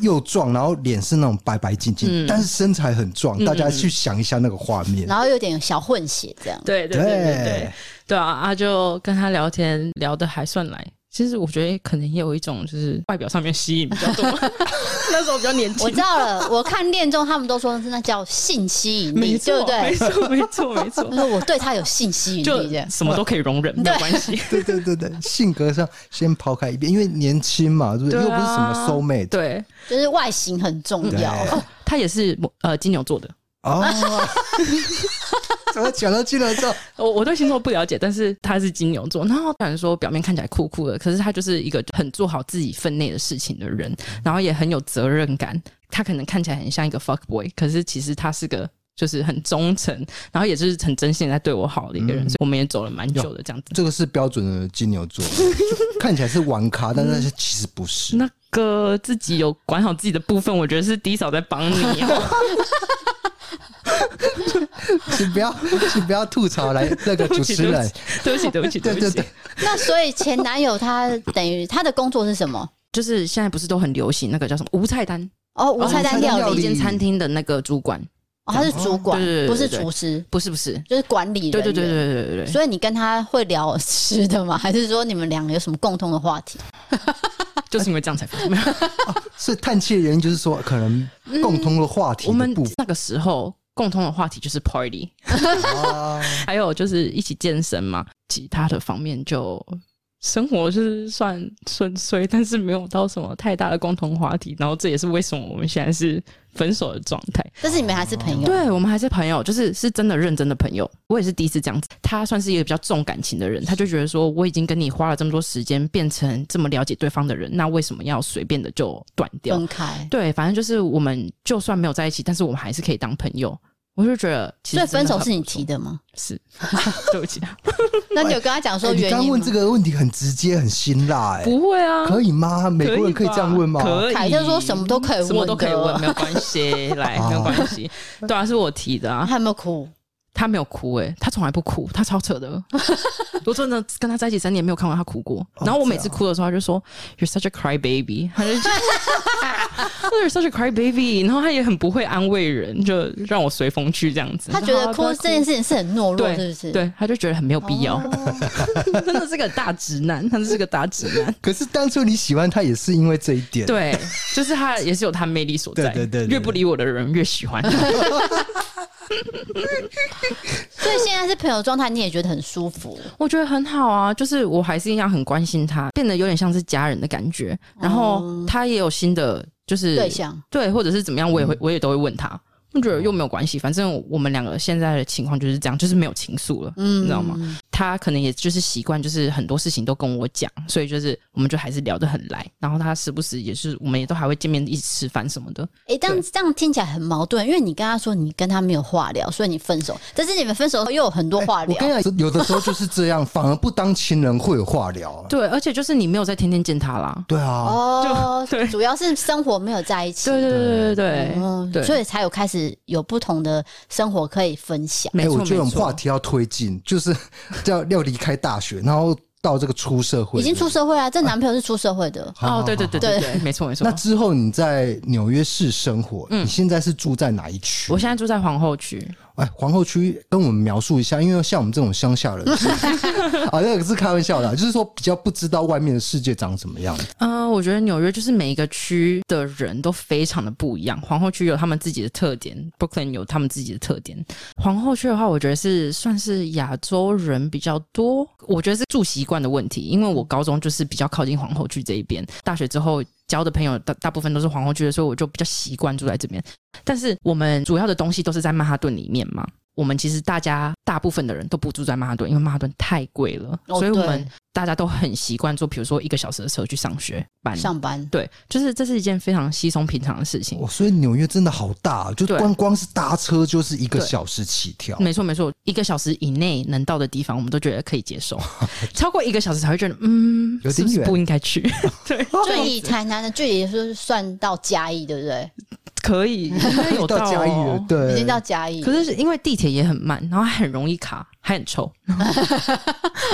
Speaker 4: 又壮，然后脸是那种白白净净，
Speaker 3: 嗯
Speaker 4: 但是身材很壮，
Speaker 3: 嗯
Speaker 4: 大家去想一下那个画面。
Speaker 2: 然后有点小混血这 样，
Speaker 3: 对对对对对，对啊啊！就跟他聊天聊的还算来。其实我觉得可能也有一种就是外表上面吸引比 较多，那时候比较年轻
Speaker 2: 我知，道了。我看恋综，他们都说那叫性吸引力，
Speaker 3: 没
Speaker 2: 对
Speaker 3: 错
Speaker 2: 不对
Speaker 3: 没？错没错没
Speaker 2: 他
Speaker 3: 错，
Speaker 2: 说我对他有性吸引
Speaker 3: 就
Speaker 2: 力，这样
Speaker 3: 什么都可以容忍，没有关系。
Speaker 4: 对对对对，性格上先抛开一边，因为年轻嘛，对不对？又
Speaker 3: 对啊
Speaker 4: 不是什么 soul mate，
Speaker 3: 对
Speaker 2: 就是外形很重要。
Speaker 4: 对
Speaker 3: 他也是呃金牛座的，
Speaker 4: 哦，怎么讲到金牛座？
Speaker 3: 我我对星座不了解，但是他是金牛座，然后虽然说表面看起来酷酷的，可是他就是一个很做好自己分内的事情的人，然后也很有责任感。他可能看起来很像一个 fuck boy，可是其实他是个就是很忠诚，然后也就是很真心地在对我好的一个
Speaker 4: 嗯
Speaker 3: 人。所以我们也走了蛮久的这样子。
Speaker 4: 这个是标准的金牛座，就看起来是玩咖，但是其实不是。
Speaker 3: 那个自己有管好自己的部分，我觉得是低嫂在帮你、 哦。
Speaker 4: 请不 要，请不要吐槽来那个主持人。
Speaker 3: 对不起，对不起， 对
Speaker 4: 对
Speaker 3: 不起，
Speaker 4: 对对，
Speaker 2: 那所以前男友他等于他的工作是什么？
Speaker 3: 就是现在不是都很流行那个叫什么无菜单，
Speaker 2: 哦，无菜单
Speaker 4: 无菜单
Speaker 2: 料
Speaker 4: 料
Speaker 2: 理
Speaker 4: 理
Speaker 3: 一间餐厅的那个主管，
Speaker 2: 哦，他是主管
Speaker 3: 对对，对
Speaker 2: 不是
Speaker 3: 对对
Speaker 2: 厨师，
Speaker 3: 不是不是。
Speaker 2: 就是管理人员。
Speaker 3: 对对对对对对对，
Speaker 2: 所以你跟他会聊吃的吗？还是说你们两个有什么共同的话题？
Speaker 3: 就是因为这样才分手。
Speaker 4: 所以叹气的原因就是说，可能共同的话题
Speaker 3: 我们
Speaker 4: 的部分
Speaker 3: 那个时候共同的话题就是 party，
Speaker 4: 啊，
Speaker 3: 还有就是一起健身嘛。其他的方面就生活就是算顺遂，但是没有到什么太大的共同话题。然后这也是为什么我们现在是分手的状态。
Speaker 2: 但是你们还是朋友，
Speaker 3: 对我们还是朋友，就是是真的认真的朋友。我也是第一次这样子。他算是一个比较重感情的 人，他就觉得说我已经跟你花了这么多时间，变成这么了解对方的人，那为什么要随便的就断掉？
Speaker 2: 分开。
Speaker 3: 对，反正就是我们就算没有在一起，但是我们还是可以当朋友。我就觉得，其
Speaker 2: 所以
Speaker 3: 实
Speaker 2: 分
Speaker 3: 真的
Speaker 2: 手
Speaker 3: 很
Speaker 2: 是你
Speaker 3: 不错
Speaker 2: 提，的吗？
Speaker 3: 是 对不起，
Speaker 2: 那你有跟他讲说
Speaker 4: 哎你
Speaker 2: 原
Speaker 4: 刚
Speaker 2: 因
Speaker 4: 问
Speaker 2: 吗
Speaker 4: 这？个问题很直接，很辛辣，哎，
Speaker 3: 不会啊，
Speaker 4: 可以吗？美国人可以
Speaker 3: 吧
Speaker 4: 这样问吗？
Speaker 3: 可以，
Speaker 2: 凯特说什么都可以
Speaker 3: 什么
Speaker 2: 问
Speaker 3: 都可以
Speaker 2: 的
Speaker 3: 问，没有关系，来，没有关系，
Speaker 4: 哦
Speaker 3: 对啊，是我提的啊
Speaker 2: 他，有没有哭？
Speaker 3: 他没有哭、欸，他从来不哭，他超扯的。 我真的跟他在一起三年，没有看过他哭过。
Speaker 4: 哦
Speaker 3: 然后我每次哭的时候，他就说 “You're such a cry baby”，他就 “You're such a cry baby”，然后他也很不会安慰人，就让我随风去这样子。
Speaker 2: 他觉得哭这件
Speaker 3: 事，
Speaker 2: 事情是很懦弱，
Speaker 3: 对，
Speaker 2: 是不是？，哦
Speaker 3: 对，他就觉得很没有必要， 真的是个大直男，他是个大直男。
Speaker 4: 可是当初你喜欢他也是因为这一 点，，
Speaker 3: 对，就是他也是有他魅力所在。
Speaker 4: 对对对对对
Speaker 3: 越不理我的人越 喜欢。
Speaker 2: 所以现在是朋友状态，你也觉得很舒服。
Speaker 3: 我觉得很好啊，就是我还是一样很关心他，变得有点像是家人的感觉。然后他也有新的就是
Speaker 2: 哦对象，嗯
Speaker 3: 对，或者是怎么样，我也会我也都会问他。
Speaker 2: 嗯
Speaker 3: 我觉得又没有关系，反正我们两个现在的情况就是这样，就是没有情愫了，你知道吗？他他可能也就是习惯，就是很多事情都跟我讲，所以就是我们就还是聊得很来。然后他时不时也是，我们也都还会见面一起吃饭什么的。
Speaker 2: 哎、这样这样听起来很矛盾，因为你跟他说你跟他没有话聊，所以你分手，但是你们分手后又有很多话
Speaker 4: 我
Speaker 2: 聊。
Speaker 3: 哎
Speaker 4: 跟你
Speaker 3: 啊
Speaker 4: 讲，有的时候就是这 样，反而不当情人会有话聊。
Speaker 3: 对，而且就是你没有在天天见他啦。
Speaker 4: 对啊，
Speaker 2: 哦，
Speaker 3: 对
Speaker 2: 主要是生活没有在一起，
Speaker 3: 对对对对
Speaker 2: 哦
Speaker 3: 对对，
Speaker 2: 所
Speaker 3: 以
Speaker 2: 以才有开始有不同的生活可以分享。
Speaker 4: 哎、
Speaker 3: 没错
Speaker 4: 我觉得我
Speaker 3: 没
Speaker 4: 们
Speaker 3: 错
Speaker 4: 话题要推进，就是 要要离开大学，然后到这个出社会，
Speaker 2: 已经出社会啊，这男朋友是出社会的，
Speaker 4: 好
Speaker 3: 哦，对对对对对，没错没错
Speaker 4: 那。之后你在纽约市生活，你现在是住在哪一区？
Speaker 3: 嗯我现在住在皇后区，
Speaker 4: 哎，皇后区跟我们描述一下，因为像我们这种乡 下人， 啊，那个是开玩笑的啊，就是说比较不知道外面的世界长什么样。
Speaker 3: 嗯、我觉得纽约就是每一个区的人都非常的不一样。皇后区有他们自己的特点，Brooklyn 有他们自己的特点。皇后区的话，我觉得是算是亚洲人比较多，我觉得是住习惯的问题。因为我高中就是比较靠近皇后区这一边，大学之后交的朋友大大部分都是皇后区的，所以我就比较习惯住在这边。但是我们主要的东西都是在曼哈顿里面嘛。我们其实大家大部分的人都不住在曼哈顿，因为曼哈顿太贵了，
Speaker 2: 哦
Speaker 3: 所以我
Speaker 2: 对
Speaker 3: 们大家都很习惯坐，比如说一个小时的车去上学班。
Speaker 2: 上班。
Speaker 3: 对，就是这是一件非常稀松平常的事情。
Speaker 4: 哦，所以纽约真的好大啊，就
Speaker 3: 对
Speaker 4: 光光是搭车就是一个
Speaker 3: 对
Speaker 4: 小时起跳。
Speaker 3: 没错没错，一个小时以内能到的地方，我们都觉得可以接 受。超过一个小时才会觉得，嗯，
Speaker 4: 有点
Speaker 3: 是不是
Speaker 4: 远
Speaker 3: 不应该去。 对，
Speaker 2: 所以以台南的距离是算到嘉义，对不对？
Speaker 3: 可以， 应该有
Speaker 4: 哎到
Speaker 3: 哦
Speaker 4: 嘉义了，。对，
Speaker 2: 已经到嘉义。
Speaker 3: 可是 是因为地铁也很慢，然后还很容易卡，还很 臭，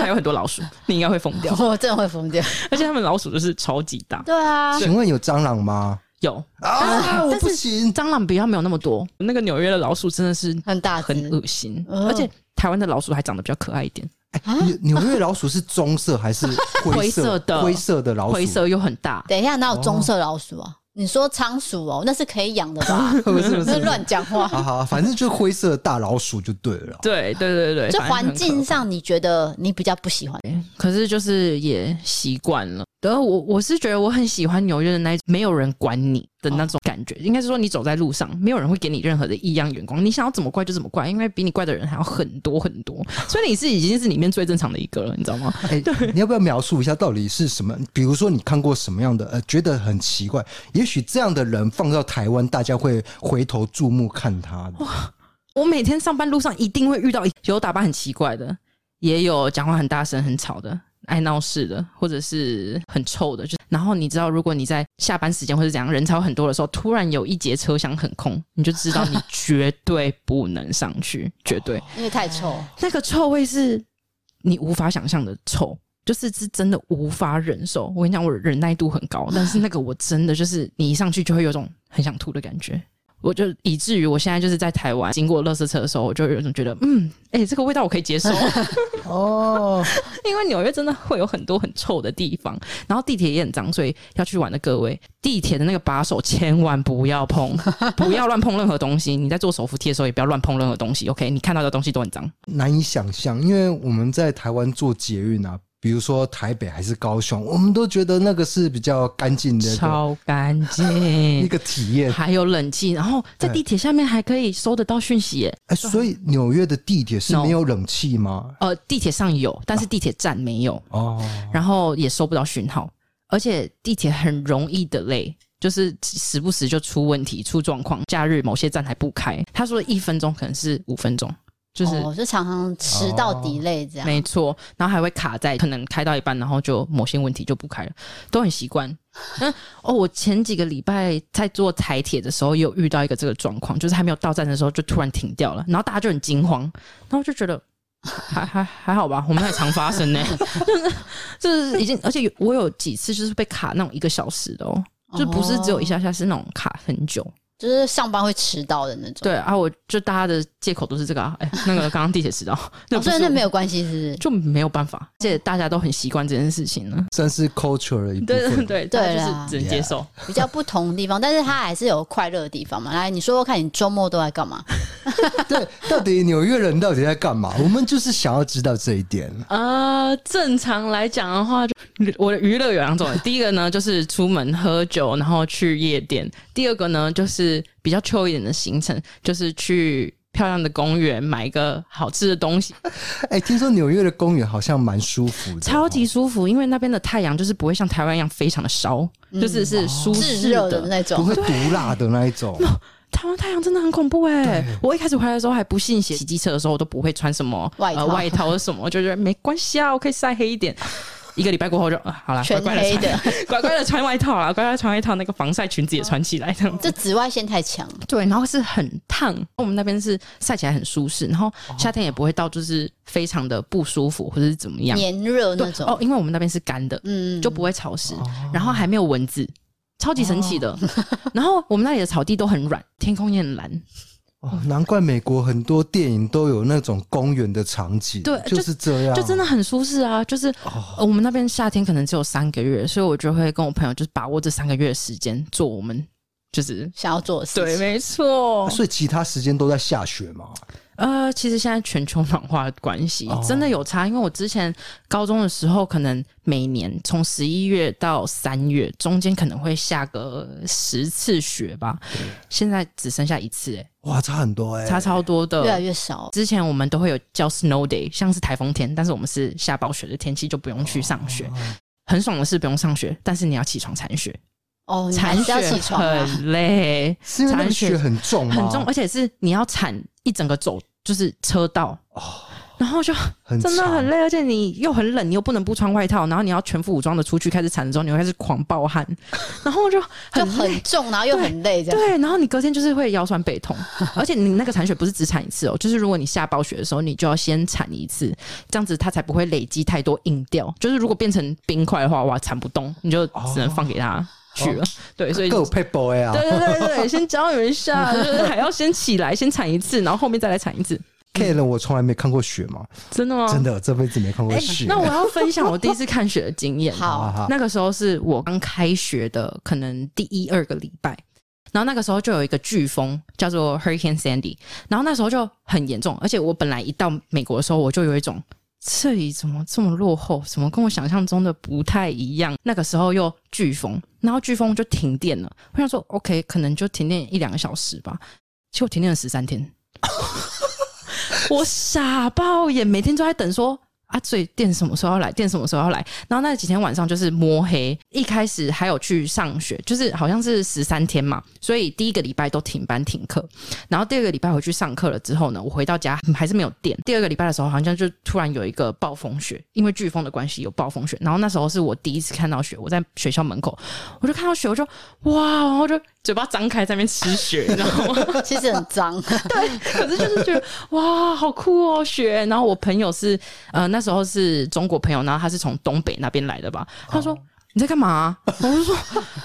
Speaker 3: 还有很多老鼠，你应该会疯掉。
Speaker 2: 我真的会疯掉。
Speaker 3: 而且他们老鼠就是超级大，
Speaker 2: 对啊，
Speaker 4: 请问有蟑螂吗？
Speaker 3: 有
Speaker 4: 啊，我不行，
Speaker 3: 蟑螂比较没有那么多。那个纽约的老鼠真的是
Speaker 2: 很大只
Speaker 3: 很恶心，
Speaker 2: 哦
Speaker 3: 而且台湾的老鼠还长得比较可爱一点，
Speaker 4: 哎纽纽约老鼠是棕色还是灰
Speaker 3: 啊灰
Speaker 4: 色
Speaker 3: 色的
Speaker 4: 灰色的老鼠，
Speaker 3: 灰色又很大。
Speaker 2: 等一下哪有棕色老鼠啊？你说仓鼠哦，那是可以养的吧？
Speaker 4: 不是不
Speaker 2: 那
Speaker 4: 是，
Speaker 2: 乱讲
Speaker 4: 好
Speaker 2: 话。
Speaker 4: 啊好，反正就是灰色的大老鼠就对了。
Speaker 3: 对对对对，
Speaker 2: 就
Speaker 3: 反正很
Speaker 2: 环境
Speaker 3: 可
Speaker 2: 上，你觉得你比较不喜欢？
Speaker 3: 可是就是也习惯了。然后我我是觉得我很喜欢纽约的那一没有人管你的那种感觉，应该是说你走在路上，没有人会给你任何的异样眼光，你想要怎么怪就怎么怪，因为比你怪的人还要很多很多，所以你是已经是里面最正常的一个了，你知道吗？
Speaker 4: 哎、你要不要描述一下到底是什么？比如说你看过什么样的呃，觉得很奇怪，也许这样的人放到台湾，大家会回头注目看他的。
Speaker 3: 我每天上班路上一定会遇到有打扮很奇怪的，也有讲话很大声、很吵的。爱闹事的，或者是很臭的，就然后你知道，如果你在下班时间或者怎样人潮很多的时候，突然有一节车厢很空，你就知道你绝对不能上去，绝对
Speaker 2: 因为太臭。
Speaker 3: 那个臭味是你无法想象的臭，就是是真的无法忍受。我跟你讲，我忍耐度很高，但是那个我真的就是你一上去就会有种很想吐的感觉。我就以至于我现在就是在台湾经过垃圾车的时候，我就有一种觉得，嗯，哎、这个味道我可以接受，
Speaker 4: 哦，
Speaker 3: 因为纽约真的会有很多很臭的地方，然后地铁也很脏，所以要去玩的各位，地铁的那个把手千万不要碰，不要乱碰任何东西。你在坐手扶梯的时候也不要乱碰任何东西，OK？你看到的东西都很脏。
Speaker 4: 难以想象，因为我们在台湾做捷运啊，比如说台北还是高雄，我们都觉得那个是比较干净的一个
Speaker 3: 超干
Speaker 4: 一
Speaker 3: 净，
Speaker 4: 个体验。
Speaker 3: 还有冷气，然后在
Speaker 4: 对
Speaker 3: 地铁下面还可以收得到讯息耶。
Speaker 4: 哎、所以纽约的地铁是
Speaker 3: No
Speaker 4: 没有冷气吗？
Speaker 3: 呃，地铁上有，但是地铁站没有，
Speaker 4: 哦，
Speaker 3: 然后也收不到讯号，而且地铁很容易的累。就是时不时就出问题、出状况，假日某些站还不开。他说一分钟可能是五分钟，就是、
Speaker 2: 哦，就常常迟到底类这样。
Speaker 3: 没错，然后还会卡在可能开到一半，然后就某些问题就不开了，都很习惯。嗯，哦，我前几个礼拜在坐台铁的时候，也有遇到一个这个状况，就是还没有到站的时候就突然停掉了，然后大家就很惊慌，然后就觉得。 还还还好吧，我们那也常发生呢、 就是就是已经，而且有我有几次就是被卡那种一个小时的哦，就不是只有一下下，是那种卡很久。
Speaker 2: 哦就是上班会迟到的那种。
Speaker 3: 对啊，我就大家的借口都是这个啊，哎、那个刚刚地铁迟到，那
Speaker 2: 哦，
Speaker 3: 不是
Speaker 2: 所以那
Speaker 3: 我
Speaker 2: 没有关系，是不 是？
Speaker 3: 就没有办法，而且大家都很习惯这件事情呢。
Speaker 4: 算是 culture 的一部
Speaker 3: 对对
Speaker 4: 分。
Speaker 3: 对，啊
Speaker 2: 对
Speaker 3: 大
Speaker 2: 啦
Speaker 3: 家就是只能接受。
Speaker 2: 比较不同的地方，但是它还是有快乐的地方嘛。来，你说说看，你周末都在干嘛？
Speaker 4: 对，到底纽约人到底在干嘛？我们就是想要知道这一点。
Speaker 3: 呃，正常来讲的话，就我的娱乐有两种，第一个呢就是出门喝酒，然后去夜店；第二个呢就是比较秋一点的行程，就是去。漂亮的公园，买一个好吃的东西，
Speaker 4: 哎，听说纽约的公园好像蛮舒服的哦，
Speaker 3: 超级舒服。因为那边的太阳就是不会像台湾一样非常的烧，就是是舒
Speaker 2: 炙
Speaker 3: 适
Speaker 2: 热
Speaker 3: 的
Speaker 2: 的。那
Speaker 4: 不
Speaker 2: 种
Speaker 4: 会，毒辣的那一种。
Speaker 3: 台湾太阳真的很恐怖哎、我一开始回来的时候还不信邪，骑机车的时候我都不会穿什么
Speaker 2: 外套
Speaker 3: 呃、外套或什么，我就觉得没关系啊，我可以晒黑 一点。一个礼拜过后就、呃好了，乖
Speaker 2: 全
Speaker 3: 乖的
Speaker 2: 黑
Speaker 3: 穿，
Speaker 2: 的，
Speaker 3: 乖乖的穿外套啦，乖乖地穿外套，那个防晒裙子也穿起来这样子。
Speaker 2: 这紫外线太强了。
Speaker 3: 对，然后是很烫，我们那边是晒起来很舒适，然后
Speaker 2: 哦
Speaker 3: 夏天也不会到就是非常的不舒服或者是怎么样。
Speaker 2: 黏热
Speaker 3: 对
Speaker 2: 那种。
Speaker 3: 哦，因为我们那边是干的，
Speaker 2: 嗯，
Speaker 3: 就不会潮湿，然后还没有蚊子，超级神奇
Speaker 2: 哦
Speaker 3: 的。然后我们那里的草地都很软，天空也很蓝，
Speaker 4: 哦，难怪美国很多电影都有那种公园的场景，
Speaker 3: 对就
Speaker 4: 就是这样，哦
Speaker 3: 就真的很舒适啊。就是呃我们那边夏天可能只有三个月，所以我就会跟我朋友就是把握这三个月的时间做我们就是
Speaker 2: 想要做的事情。
Speaker 3: 对，没错
Speaker 4: 啊。所以其他时间都在下雪嘛。
Speaker 3: 呃，其实现在全球暖化的关系、
Speaker 4: 哦
Speaker 3: 真的有差，因为我之前高中的时候，可能每年从十一月到三月中间可能会下个十次雪吧，现在只剩下一次、欸，
Speaker 4: 哇，差很多哎、
Speaker 3: 差超多的。
Speaker 2: 越来越少。
Speaker 3: 之前我们都会有叫 snow day，像是台风天，但是我们是下暴雪的天气就不用去上学。
Speaker 4: 哦
Speaker 3: 很爽的是不用上学，但是你要起床铲雪，
Speaker 2: 哦，你还
Speaker 3: 铲
Speaker 2: 是
Speaker 3: 雪
Speaker 2: 要起床啊。
Speaker 3: 很累，
Speaker 4: 是因为那个
Speaker 3: 铲
Speaker 4: 雪很重吗？
Speaker 3: 很重，而且是你要铲一整个走，就是车道。然后就
Speaker 4: 哦很
Speaker 3: 真的
Speaker 4: 长
Speaker 3: 很累，而且你又很冷，你又不能不穿外套，然后你要全副武装的出去开始铲的时候，你会开始狂 暴汗，然后就
Speaker 2: 就
Speaker 3: 很累
Speaker 2: 很重，然后又很累，这样。
Speaker 3: 对，然后你隔天就是会腰酸背痛，而且你那个铲雪不是只铲一次哦，就是如果你下暴雪的时候，你就要先铲一次，这样子它才不会累积太多硬掉。就是如果变成冰块的话，哇，铲不动，你就只能放给它去了。 对，所以
Speaker 4: 各有配 boy 啊，
Speaker 3: 对对对对，先教你们一下，就是还要先起来，先铲一次，然后后面再来铲一次，
Speaker 4: K 人我从来没看过雪嘛，
Speaker 3: 真的吗？
Speaker 4: 真。的这辈子没看过
Speaker 3: 嗯哎、
Speaker 4: 雪。
Speaker 3: 那我要分享我第一次看雪的 经验。
Speaker 2: 好
Speaker 4: 啊哈
Speaker 3: 那个时候是我刚开学的，可能第一二个礼拜。然后那个时候就有一个飓风，叫做 Hurricane Sandy。然后那时候就很严重，而且我本来一到美国的时候，我就有一种这里怎么这么落后，怎么跟我想象中的不太一样？那个时候又飓风，然后飓风就停电了。我想说，OK，可能就停电一两个小时吧。结果停电了十三天，我傻爆眼，每天都在等说啊，所以电什么时候要来？电什么时候要来？然后那几天晚上就是摸黑，一开始还有去上学，就是好像是十三天嘛，所以第一个礼拜都停班停课，然后第二个礼拜回去上课了之后呢，我回到家嗯还是没有电。第二个礼拜的时候，好像就突然有一个暴风雪，因为飓风的关系有暴风雪。然后那时候是我第一次看到雪，我在学校门口，我就看到雪，我就哇，然后就嘴巴张开在那边吃雪，你知道吗？
Speaker 2: 其实很脏，
Speaker 3: 可是就是觉得哇，好酷哦，雪。然后我朋友是呃那时候是中国朋友，然后他是从东北那边来的吧，他说。你在干嘛、啊我就说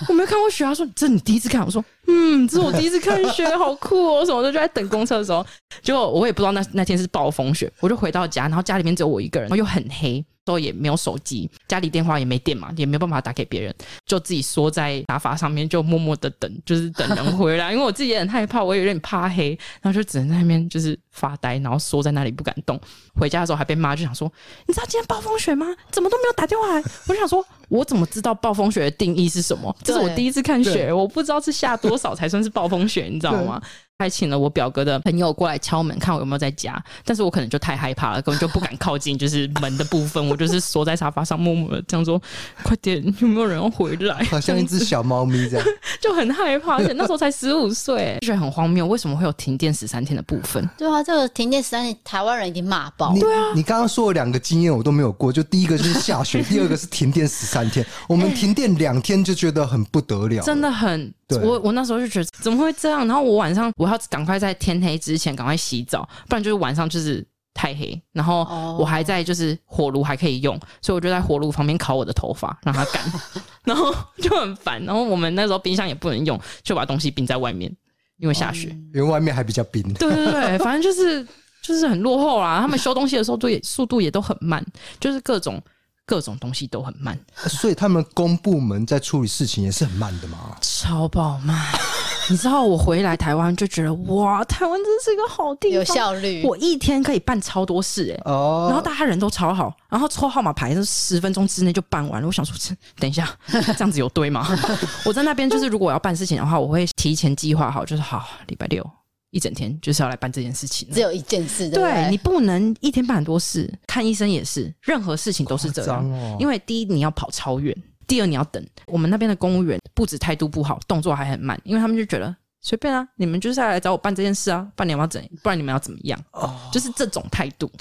Speaker 3: 我没有看过雪啊。他说这你第一次看。我说嗯，这是我第一次看雪，好酷哦。什么的就在等公车的时候，结果我也不知道那那天是暴风雪，我就回到家，然后家里面只有我一个人，然后又很黑，之后也没有手机，家里电话也没电嘛，也没有办法打给别人，就自己缩在沙发上面，就默默的等，就是等人回来，因为我自己也很害怕，我也有点怕黑，然后就只能在那边就是发呆，然后缩在那里不敢动。回家的时候还被妈就想说，你知道今天暴风雪吗？怎么都没有打电话来？我就想说，我怎么知道暴风雪的定义是什么？这是我
Speaker 2: 对
Speaker 3: 第一次看雪，
Speaker 4: 对
Speaker 3: 我不知道是下多少才算是暴风雪，你知道吗？还请了我表哥的朋友过来敲门，看我有没有在家。但是我可能就太害怕了，根本就不敢靠近， 就是门的部分，我就是缩在沙发上，默默的这样说：“快点，有没有人要回 来？”
Speaker 4: 好像一只小猫咪这样，
Speaker 3: 就很害怕，而且那时候才十五岁， 就觉得很荒谬，为什么会有停电十三天的部分？
Speaker 2: 对啊，这个停电十三年，台湾人已经骂爆
Speaker 4: 你。
Speaker 3: 啊
Speaker 4: 你刚刚说的两个经验我都没有过，就第一个就是下 雪，第二个是停电十三天。我们停电两天就觉得很不得了，
Speaker 3: 哎真的很，
Speaker 4: 对
Speaker 3: 我我那时候就觉得怎么会这样？然后我晚上我要赶快在天黑之前赶快洗澡，不然就是晚上就是太黑。然后
Speaker 2: 哦
Speaker 3: 我还在就是火炉还可以用，所以我就在火炉旁边烤我的头发让它干，然后就很烦。然后我们那时候冰箱也不能用，就把东西冰在外面，因为下雪。
Speaker 4: 因为外面还比较冰。
Speaker 3: 对对对， 反正就是就是很落后啊啦。他们修东西的时候都也速度也都很慢，就是各种各种东西都很慢，
Speaker 4: 所以他们公部门在处理事情也是很慢的嘛。
Speaker 3: 超爆慢。 你知道我回来台湾就觉得哇，台湾真是一个好地方，
Speaker 2: 有效率
Speaker 3: 我一天可以办超多事哎、
Speaker 4: 哦，
Speaker 3: 然后大家人都超好，然后抽号码牌是十分钟之内就办完了。我想说，这等一下 这样子有 对吗？我在那边就是，如果我要办事情的话，我会提前计划好，就是好礼拜六一整天就是要来办这件事情了。
Speaker 2: 只有一件事，对不
Speaker 3: 对
Speaker 2: 对
Speaker 3: 你不能一天办很多事，看医生也是，任何事情都是这
Speaker 4: 夸
Speaker 3: 样。
Speaker 4: 张哦
Speaker 3: 因为第一你要跑超远，第二你要等。我们那边的公务员不止态度不好，动作还很慢，因为他们就觉得随便啊，你们就是要来找我办这件事啊，办你们要怎，不然你们要怎么样，
Speaker 2: 哦
Speaker 3: 就是这种态度。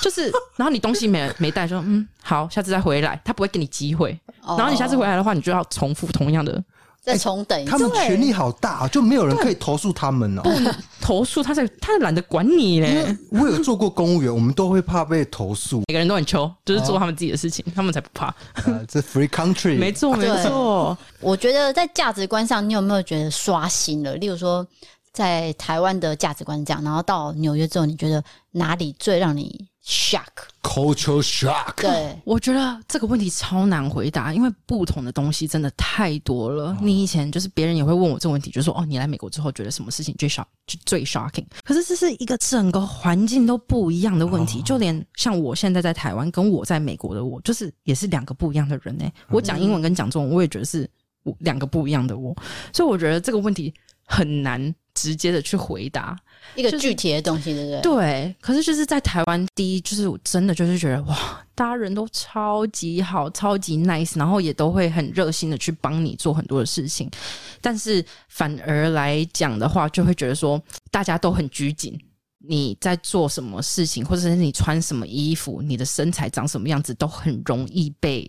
Speaker 3: 就是，然后你东西没没带，说嗯好，下次再回来，他不会给你机会。
Speaker 2: 哦
Speaker 3: 然后你下次回来哎的话，你就要重复同样的
Speaker 2: 再重等一次
Speaker 4: 他。
Speaker 3: 欸
Speaker 4: 们权力好大、就没有人可以投诉他们哦、
Speaker 3: 投诉，他才他懒得管你
Speaker 4: 因
Speaker 3: 嘞。
Speaker 2: 嗯
Speaker 4: 为我有做过公务员，我们都会怕被投 诉
Speaker 3: 每个人都很穷，就是做他们自己的事情，他们才不怕。
Speaker 4: 啊，这 free country
Speaker 3: 没错，没
Speaker 2: 对
Speaker 3: 错。
Speaker 2: 我觉得在价值观上，你有没有觉得刷新了？例如说，在台湾的价值观是这样，然后到纽约之后，你觉得哪里最让你 shock？
Speaker 4: culture shock。
Speaker 2: 对，
Speaker 3: 我觉得这个问题超难回答，因为不同的东西真的太多了。你以前就是别人也会问我这个问题，就说哦，你来美国之后觉得什么事情最 shock 就最 shocking？可是这是一个整个环境都不一样的问题，就连像我现在在台湾跟我在美国的我，就是也是两个不一样的人呢、我讲英文跟讲中文，我也觉得是我两个不一样的我，所以我觉得这个问题很难直接的去回答。
Speaker 2: 一个具体的东西，对不对？
Speaker 3: 对，可是就是在台湾，第一就是我真的就是觉得哇，大家人都超级好，超级 nice，然后也都会很热心的去帮你做很多的事情，但是反而来讲的话，就会觉得说大家都很拘谨。你在做什么事情，或者是你穿什么衣服，你的身材长什么样子，都很容易被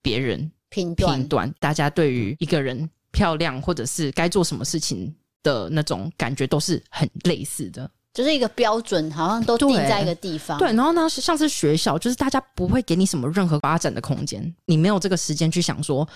Speaker 3: 别人
Speaker 2: 评断
Speaker 3: 评断。大家对于一个人漂亮，或者是该做什么事情的那种感觉，都是很类似的。
Speaker 2: 就是一个标准，好像都定
Speaker 3: 对
Speaker 2: 在一个地方。
Speaker 3: 对，然后呢，像是学校，就是大家不会给你什么任何发展的空间，你没有这个时间去想说，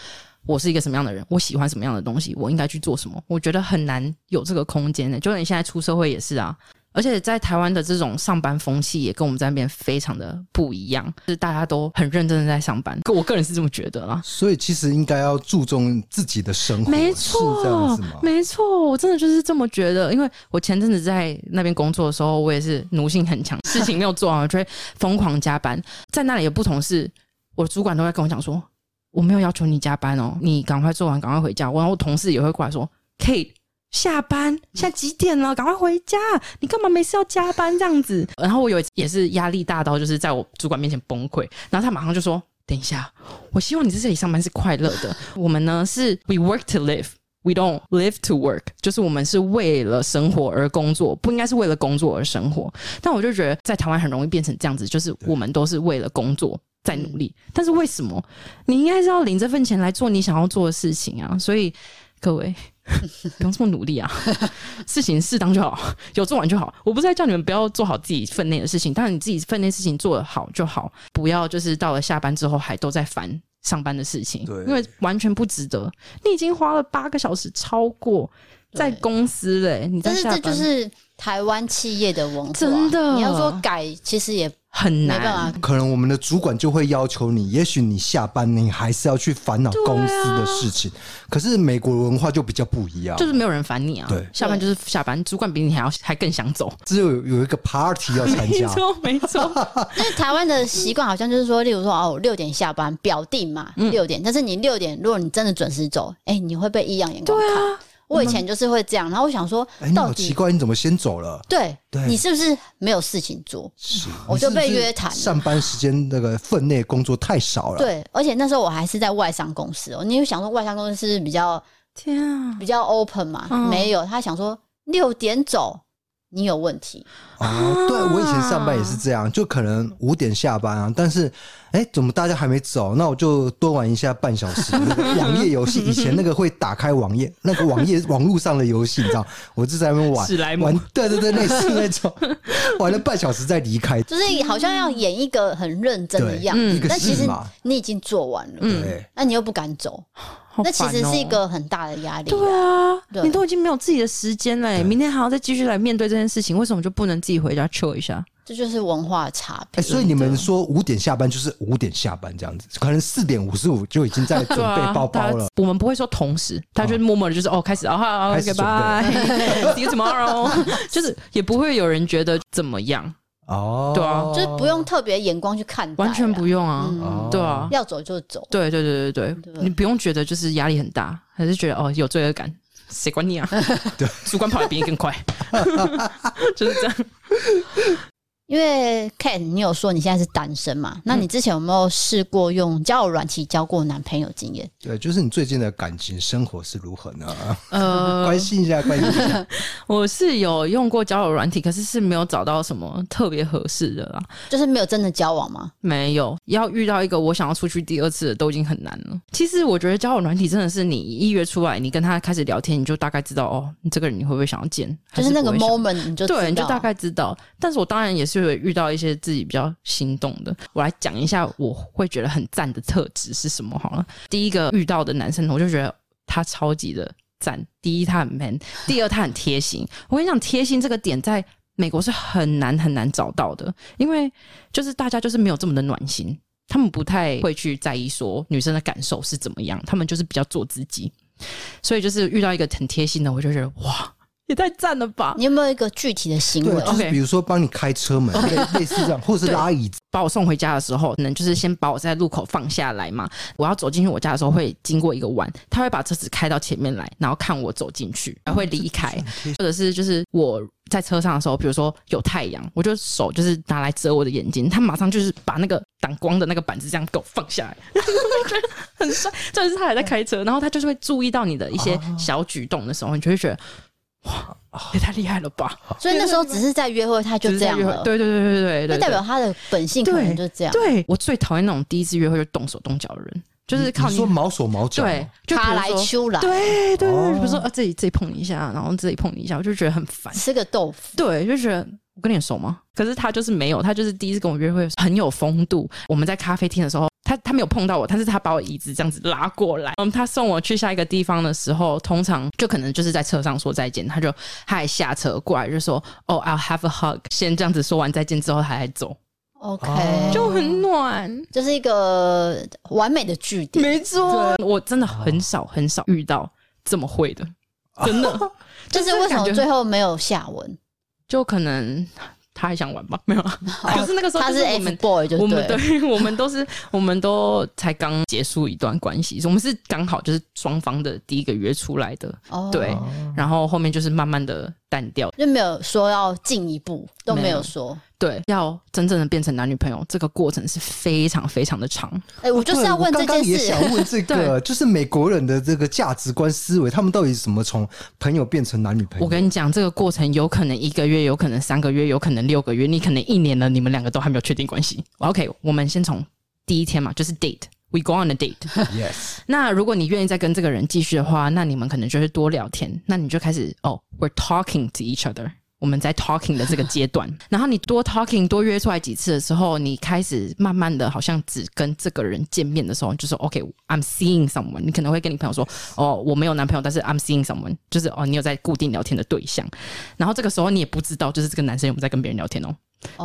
Speaker 3: 我是一个什么样的人，我喜欢什么样的东西，我应该去做什么。我觉得很难有这个空间的、就连现在出社会也是啊。而且在台湾的这种上班风气也跟我们在那边非常的不一样，就是大家都很认真的在上班，我个人是这么觉得啦。
Speaker 4: 所以其实应该要注重自己的生活，
Speaker 3: 没
Speaker 4: 是这样
Speaker 3: 错
Speaker 4: 子吗，？
Speaker 3: 没错，我真的就是这么觉得。因为我前阵子在那边工作的时候，我也是奴性很强，事情没有做完，我就会疯狂加班。在那里的不同是，我主管都会跟我讲说，我没有要求你加班哦，你赶快做完，赶快回家。然后我同事也会过来说，Kate。下班，现在几点了？赶快回家！你干嘛没事要加班这样子？然后我有一次也是压力大到，就是在我主管面前崩溃，然后他马上就说：“等一下，我希望你在这里上班是快乐的。我们呢是 we work to live。We don't live to work，就是我们是为了生活而工作，不应该是为了工作而生活。但我就觉得在台湾很容易变成这样子，就是我们都是为了工作在努力。但是为什么你应该是要领这份钱来做你想要做的事情啊？所以各位 不用这么努力啊， 事情适当就好，有做完就好。我不是在叫你们不要做好自己分内的事情，当然你自己分内事情做得好就好，不要就是到了下班之后还都在烦上班的事情，
Speaker 4: 对
Speaker 3: 因为完全不值得。你已经花了八个小时超过在
Speaker 2: 对
Speaker 3: 公司嘞、你在
Speaker 2: 但是
Speaker 3: 下
Speaker 2: 这
Speaker 3: 班
Speaker 2: 就是台湾企业的文化，
Speaker 3: 真的
Speaker 2: 你要说改，其实也
Speaker 3: 很
Speaker 2: 没
Speaker 3: 难，
Speaker 2: 办法。
Speaker 4: 可能我们的主管就会要求你，也许你下班你还是要去烦恼公司的事情。
Speaker 2: 啊
Speaker 4: 可是美国文化就比较不一样，
Speaker 3: 就是没有人烦你啊。
Speaker 4: 对
Speaker 3: 下班就是下班，主管比你还要还更想 走。
Speaker 4: 只有有一个 party 要参
Speaker 3: 没
Speaker 4: 加，
Speaker 3: 错，没错，
Speaker 2: 但是台湾的习惯好像就是说，例如说哦，六点下班表定嘛，
Speaker 3: 嗯
Speaker 2: 六点。但是你六点，如果你真的准时走，哎、你会被异样眼光
Speaker 3: 啊
Speaker 2: 看。我以前就是会这样，然后我想说
Speaker 4: 哎、，你
Speaker 2: 到
Speaker 4: 好
Speaker 2: 底
Speaker 4: 奇怪，你怎么先走了？
Speaker 2: 对
Speaker 4: 对
Speaker 2: 你是不是没有事情做？
Speaker 4: 是
Speaker 2: 我就被约谈
Speaker 4: 谈。
Speaker 2: 了
Speaker 4: 上班时间那个分内工作太少了，，
Speaker 2: 对，而且那时候我还是在外商公司哦，你有想说外商公司是比较
Speaker 3: 天啊！
Speaker 2: 比较 open 嘛？
Speaker 3: 嗯
Speaker 2: 没有，他想说六点走，你有问题。
Speaker 4: 哦，
Speaker 3: 啊
Speaker 4: 对我以前上班也是这样，就可能五点下班啊，但是哎、怎么大家还没走？那我就多玩一下半小时。那个网页游戏以前那个会打开网页， 那个网页网络上的游戏，你知道，我就在那边玩
Speaker 3: 史莱姆
Speaker 4: 玩，对对对，类似那种， 玩了半小时再离开。
Speaker 2: 就是好像要演一个很认真的
Speaker 4: 对
Speaker 2: 样
Speaker 4: 嗯一
Speaker 2: 子
Speaker 4: 个，
Speaker 2: 但其
Speaker 4: 戏
Speaker 2: 实
Speaker 4: 嘛嗯
Speaker 2: 你已经做完了，
Speaker 3: 嗯
Speaker 4: 对，
Speaker 2: 那你又不敢走，
Speaker 3: 好
Speaker 2: 那其
Speaker 3: 烦
Speaker 2: 实
Speaker 3: 哦
Speaker 2: 是一个很大的压力啊。
Speaker 3: 对啊，
Speaker 2: 对
Speaker 3: 你都已经没有自己的时间了耶，明天还要再继续来面对这件事情，为什么就不能自己回家 chill 一下？
Speaker 2: 这就是文化差
Speaker 4: 哎、
Speaker 2: 别。
Speaker 4: 所以你们说五点下班就是五点下班这样子，可能四点五十五就已经在准备啊包包了。
Speaker 3: 啊
Speaker 4: 啊
Speaker 3: 大家我们不会说同时，他就是默默的，就是哦，开始哦，好
Speaker 4: 开
Speaker 3: ，OK，
Speaker 4: 始准
Speaker 3: 拜 ，see you tomorrow，就是 也不会有人觉得怎么样，
Speaker 4: 哦，
Speaker 3: 对啊
Speaker 2: 就是不用特别眼光去看待啦，
Speaker 3: 完全不用
Speaker 2: 嗯
Speaker 3: 啊，
Speaker 4: 哦
Speaker 3: 对啊，
Speaker 2: 要走就走。
Speaker 3: 对对对对对，
Speaker 2: 对
Speaker 3: 你不用觉得就是压力很大，还是觉得哦有罪恶感，谁 管你啊？对，主管跑得比你更快，就是 这样。
Speaker 2: 因为 Ken，你有说你现在是单身嘛？那你之前有没有试过用交友软体交过男朋友经验？
Speaker 4: 对，就是你最近的感情生活是如何呢？
Speaker 2: 嗯
Speaker 3: 呃，
Speaker 4: 关心一下，关心一 下。
Speaker 3: 我是有用过交友软体，可是是没有找到什么特别合适的啦。
Speaker 2: 就是没有真的交往吗？
Speaker 3: 没有，要遇到一个我想要出去第二次的都已经很难了。其实我觉得交友软体真的是你一约出来，你跟他开始聊天，你就大概知道哦，你这个人你会不会想要见，还
Speaker 2: 就是那
Speaker 3: 不
Speaker 2: 个
Speaker 3: 会想
Speaker 2: moment 你就知
Speaker 3: 对，
Speaker 2: 道
Speaker 3: 你就大概知道。但是我当然也是有遇到一些自己比较心动的。我来讲一下，我会觉得很赞的特质是什么好了。第一个遇到的男生，我就觉得他超级的赞。第一，他很 man；第二，他很贴心。我跟你讲，贴心这个点在美国是很难很难找到的，因为就是大家就是没有这么的暖心。他们不太会去在意说女生的感受是怎么样，他们就是比较做自己，所以就是遇到一个很贴心的，我就觉得哇，也太赞了吧！
Speaker 2: 你有没有一个具体的行
Speaker 4: 对，
Speaker 2: 为？
Speaker 4: 就是比如说帮你开车 门，类类似这样，或者是拉椅子。
Speaker 3: 把我送回家的时候，可能就是先把我在路口放下来嘛。我要走进去我家的时候，会经过一个弯，他会把车子开到前面来，然后看我走进去，然后会离开，或者是就是我在车上的时候，比如说有太阳，我就手就是拿来遮我的眼睛，他马上就是把那个挡光的那个板子这样给我放下来，我觉得很帅。重点是他还在开车，然后他就是会注意到你的一些小举动的时候，你就会觉得哇，也太厉害了吧！
Speaker 2: 所以那时候只是在约会，他就
Speaker 3: 哦只是
Speaker 2: 这
Speaker 3: 在
Speaker 2: 样
Speaker 3: 约会
Speaker 2: 了。
Speaker 3: 对对对对对对
Speaker 2: 那
Speaker 3: 对，
Speaker 2: 代表他的本性可
Speaker 3: 对，
Speaker 2: 能就这样。
Speaker 3: 对我最讨厌那种第一次约会就动手动脚的人，就是靠
Speaker 4: 你说
Speaker 3: 你
Speaker 4: 毛手毛脚，
Speaker 3: 对，，就比
Speaker 2: 他
Speaker 3: 如
Speaker 2: 来
Speaker 3: 说
Speaker 2: 秋来，
Speaker 3: 对对对，
Speaker 4: 哦
Speaker 3: 比如说啊这里这里碰你一下，然后这里碰你一下，我就觉得很烦。
Speaker 2: 吃个豆腐。
Speaker 3: 对，就觉得我跟你很熟吗？可是他就是没有，他就是第一次跟我约会很有风度。我们在咖啡厅的时候，他他没有碰到我，但是他把我椅子这样子拉过来。嗯，他送我去下一个地方的时候，通常就可能就是在车上说再见，他就他还下车过来就说哦、I'll have a hug，先这样子说完再见之后，他还走，
Speaker 2: OK，
Speaker 3: 就很暖。
Speaker 2: 就是一个完美的据点。
Speaker 3: 没错，我真的很少很少遇到这么会的，
Speaker 2: 哦
Speaker 3: 真的。
Speaker 2: 就是为什么
Speaker 3: 感觉
Speaker 2: 最后没有下文？
Speaker 3: 就可能他还想玩吧？没有啊，可是那个时候
Speaker 2: 他
Speaker 3: 就是我
Speaker 2: F
Speaker 3: 们。
Speaker 2: boy 就
Speaker 3: 我们
Speaker 2: 对了。
Speaker 3: 对， 我们都是，我们都才刚结束一段关系，我们是刚好就是双方的第一个约出来的，
Speaker 2: 哦
Speaker 3: 对，然后后面就是慢慢的淡掉，
Speaker 2: 就没有说要进一步，都没有说。
Speaker 3: 对，要真正的变成男女朋友，这个过程是非常非常的长，
Speaker 2: 哎、我就是
Speaker 3: 哦
Speaker 2: 要问这
Speaker 4: 对我
Speaker 2: 件
Speaker 4: 刚刚也
Speaker 2: 事。
Speaker 4: 想问这个，就是美国人的这个价值观思维，他们到底怎么从朋友变成男女朋友？
Speaker 3: 我跟你讲，这个过程有可能一个月，有可能三个月，有可能六个月，你可能一年了，你们两个都还没有确定关系。OK，我们先从第一天嘛，就是 date。We go on a date 。
Speaker 4: yes，
Speaker 3: 那如果你愿意再跟这个人继续的话，那你们可能就是多聊天。那你就开始哦、w e r e talking to each other。我们在 talking 的这个阶段，然后你多 talking 多约出来几次的时候，你开始慢慢的，好像只跟这个人见面的时候，你就说 OK，I'm、seeing someone。你可能会跟你朋友说，哦，我没有男朋友，但是 I'm seeing someone，就是哦，你有在固定聊天的对象。然后这个时候你也不知道，就是这个男生有没有在跟别人聊天哦。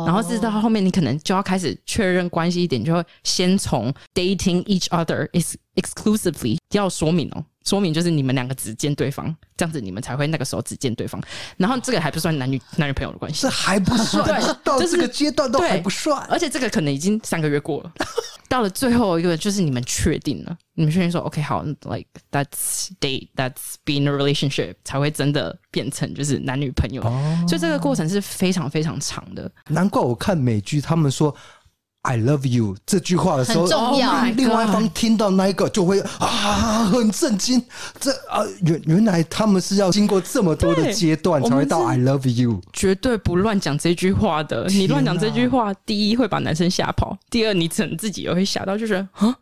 Speaker 3: 然后直到后面，你可能就要开始确认关系一点，就会先从 dating each other is exclusively 要说明哦，说明就是你们两个只见对方，这样子你们才会那个时候只见对方。然后这个还不算男女男女朋友的关系
Speaker 4: 这，还不算，到
Speaker 3: 就是
Speaker 4: 这个阶段都
Speaker 3: 对
Speaker 4: 还不算。
Speaker 3: 而且这个可能已经三个月过了。到了最后一个，就是你们确定了，你们确定说 OK 好，like that's date that's being a relationship 才会真的变成就是男女朋友。
Speaker 4: 哦
Speaker 3: 所以这个过程是非常非常长的。
Speaker 4: 难怪我看美剧，他们说 “I love you” 这句话的时候，
Speaker 2: 很重要
Speaker 4: 哦
Speaker 2: Oh my
Speaker 4: 另外一方听到那一个就会啊，很震惊。这啊，原原来他们是要经过这么多的
Speaker 3: 对
Speaker 4: 阶段才会到
Speaker 3: 我
Speaker 4: “I love you”。
Speaker 3: 绝对不乱讲这句话的。
Speaker 4: 啊
Speaker 3: 你乱讲这句话，第一会把男生吓跑，第二你可能自己也会吓到，就觉得啊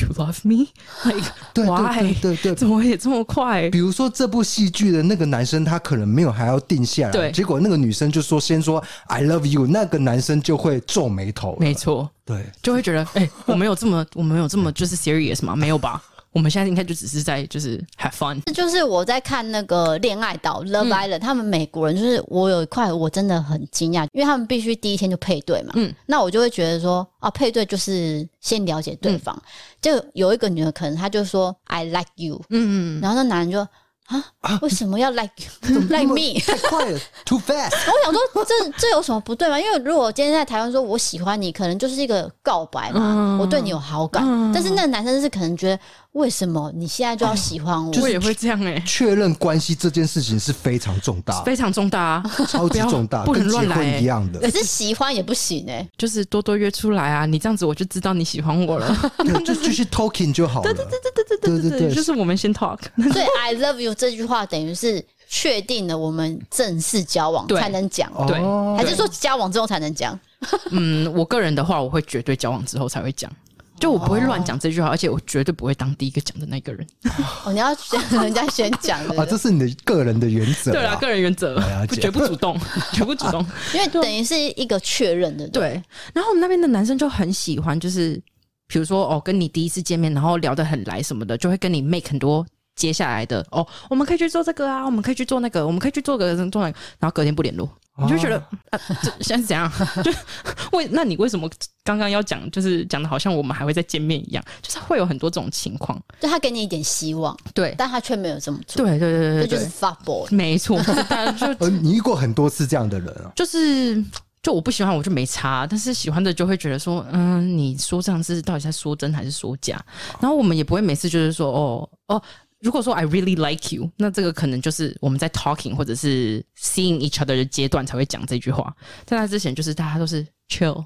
Speaker 3: ，You love me，like
Speaker 4: 对
Speaker 3: why？
Speaker 4: 对对对对。
Speaker 3: 怎么也这么快？
Speaker 4: 比如说这部戏剧的那个男生，他可能没有还要定下来，
Speaker 3: 对
Speaker 4: 结果那个女生就说先说 “I love you”，那个男生就会皱眉头了。
Speaker 3: 没错，
Speaker 4: 对，
Speaker 3: 就会觉得哎、我没有这么，我没有这么就是 serious 吗？没有吧？我们现在应该就只是在就是 have fun。
Speaker 2: 这就是我在看那个恋爱岛 Love Island，、他们美国人就是我有一块我真的很惊讶，因为他们必须第一天就配对嘛。嗯，那我就会觉得说啊，配对就是先了解对方。就有一个女的可能她就说 I like you，
Speaker 3: 嗯，
Speaker 2: 然后那男人就啊，为什么要 like you like
Speaker 4: 那么
Speaker 2: me？
Speaker 4: 太快了，too fast。
Speaker 2: 然后我想说，这这有什么不对吗？因为如果我今天在台湾说我喜欢你，可能就是一个告白嘛，我对你有好感。但是那个男生是可能觉得为什么你现在就要喜欢我？
Speaker 3: 我也会这样哎、
Speaker 4: 确认关系这件事情是非常重大的，
Speaker 3: 非常重大 啊，
Speaker 4: 超级
Speaker 3: 不要
Speaker 4: 重大，
Speaker 3: 不能
Speaker 4: 跟结
Speaker 3: 乱来
Speaker 4: 婚
Speaker 3: 欸
Speaker 4: 一样 的
Speaker 2: 可。是喜欢也不行哎、
Speaker 3: 就是多多约出来啊！你这样子我就知道你喜欢我了。
Speaker 4: 对，就就去 talking 就好了。对 对对对对对对
Speaker 3: 就是我们先 talk，
Speaker 2: 所以 I love you 这句话等于是确定了我们正式交往
Speaker 3: 对
Speaker 2: 才能讲，
Speaker 3: 对
Speaker 4: 哦
Speaker 2: 还是说交往之后才能讲？
Speaker 3: 嗯，我个人的话，我会绝对交往之后才会讲，就我不会乱讲这句话，而且我绝对不会当第一个讲的那个人。
Speaker 2: 哦，你要 选人家先讲的，
Speaker 4: 啊，这是你的个人的原则。啊
Speaker 3: 对啊啦，个人原则
Speaker 4: 了，
Speaker 3: 不
Speaker 4: 解
Speaker 3: 绝不主 动，绝不主动。
Speaker 2: 因为等于是一个确认的，不，
Speaker 3: 啊对，然后我们那边的男生就很喜欢，就是比如说哦，跟你第一次见面，然后聊得很来什么的，就会跟你 make 很多接下来的哦，我们可以去做这个啊，我们可以去做那个，我们可以去做个做那个，然后隔天不联络，你就觉得、啊，这现在是怎样？ 就为那你为什么刚刚要讲，就是讲的好像我们还会再见面一样，就是会有很多这种情况。
Speaker 2: 就他给你一点希望，
Speaker 3: 对，
Speaker 2: 但他却没有这么做，
Speaker 3: 对对对
Speaker 2: 这
Speaker 3: 对对，
Speaker 2: 就是 fuck boy。
Speaker 3: 没错，大家就
Speaker 4: 呃，你遇过很多次这样的人啊？
Speaker 3: 就是就我不喜欢我就没差，啊但是喜欢的就会觉得说，嗯，你说这样是到底在说真还是说假？然后我们也不会每次就是说，哦哦。如果说 I really like you，那这个可能就是我们在 talking 或者是 seeing each other 的阶段才会讲这句话。在那之前，就是大家都是 chill，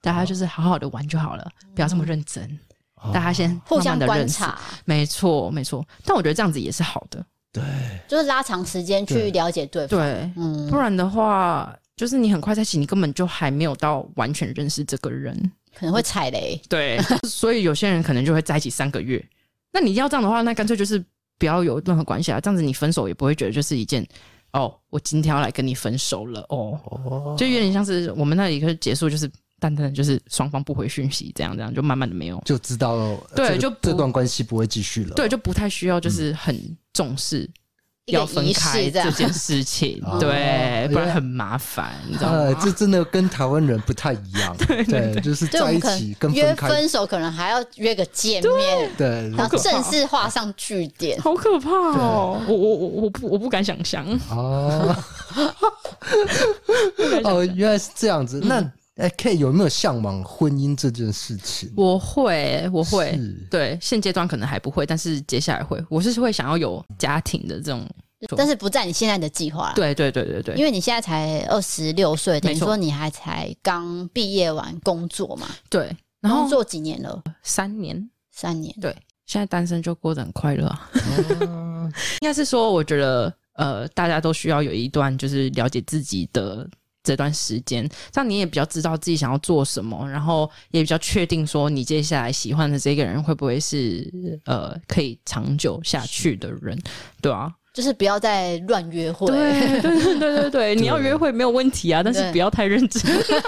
Speaker 3: 大家就是好好的玩就好了，不要这么认真。大
Speaker 4: 啊
Speaker 3: 家先
Speaker 2: 互相
Speaker 3: 慢慢地
Speaker 2: 观
Speaker 3: 认识
Speaker 2: 察，
Speaker 3: 没错没错。但我觉得这样子也是好的，
Speaker 2: 就是拉长时间去了解对方。
Speaker 3: 对，
Speaker 2: 嗯
Speaker 3: 不，然的话，就是你很快在一起，你根本就还没有到完全认识这个人。
Speaker 2: 可能会踩雷。
Speaker 3: 对， 所以有些人可能就会在一起三个月。那你要这样的话，那干脆就是不要有任何关系啊。这样子你分手也不会觉得就是一件哦，我今天要来跟你分手了哦，就有点像是我们那里就是结束就是淡淡的就是双方不回讯息，这样这样就慢慢的没
Speaker 2: 哦
Speaker 3: 有，
Speaker 4: 就知道呃
Speaker 3: 对
Speaker 4: 这个
Speaker 3: 就不
Speaker 4: 这段关系不会继续了。
Speaker 3: 对，就不太需要就是很重视。
Speaker 2: 一个
Speaker 3: 要分
Speaker 2: 仪式
Speaker 3: 开
Speaker 2: 这样
Speaker 3: 这件 事情
Speaker 4: 哦，
Speaker 3: 对，
Speaker 4: 原
Speaker 3: 不
Speaker 4: 来
Speaker 3: 然很麻烦，你知道吗？
Speaker 4: 呃，这真的跟台湾人不太一 样。对就是
Speaker 2: 对，我
Speaker 4: 在
Speaker 2: 们
Speaker 4: 一
Speaker 2: 可
Speaker 4: 起
Speaker 2: 能
Speaker 4: 跟
Speaker 2: 约
Speaker 4: 分开。
Speaker 2: 分手，可能还要约个见面，
Speaker 4: 对，
Speaker 2: 然
Speaker 4: 啊
Speaker 2: 后正式画上句 点。
Speaker 3: 好可怕哦！我我我我不我不敢想象，
Speaker 4: 哦
Speaker 3: 不敢想
Speaker 4: 哦，
Speaker 3: 象
Speaker 4: 原来是这样
Speaker 3: 嗯
Speaker 4: 子。那哎，K 有没有向往婚姻这件事情？
Speaker 3: 我会我会
Speaker 4: 是
Speaker 3: 对，现阶段可能还不会，但是接下来会，我是会想要有家庭的这种，
Speaker 2: 但是不在你现在的计划啦，
Speaker 3: 对对对对对，
Speaker 2: 因
Speaker 3: 为
Speaker 2: 为你现在才二十六岁，等于
Speaker 3: 没错
Speaker 2: 说你还才刚毕业完工作嘛，
Speaker 3: 对，然后
Speaker 2: 工作几年了？
Speaker 3: 三年，
Speaker 2: 三年。
Speaker 3: 对，现在单身就过得很快乐啊。
Speaker 4: 哦
Speaker 3: 应该是说，我觉得呃，大家都需要有一段就是了解自己的这段时间，这样你也比较知道自己想要做什么，然后也比较确定说你接下来喜欢的这个人会不会是呃可以长久下去的人，对啊，
Speaker 2: 就是不要再乱约会，
Speaker 3: 对对对对对对，你要约会没有问题啊，但是
Speaker 2: 对
Speaker 3: 不要太认真，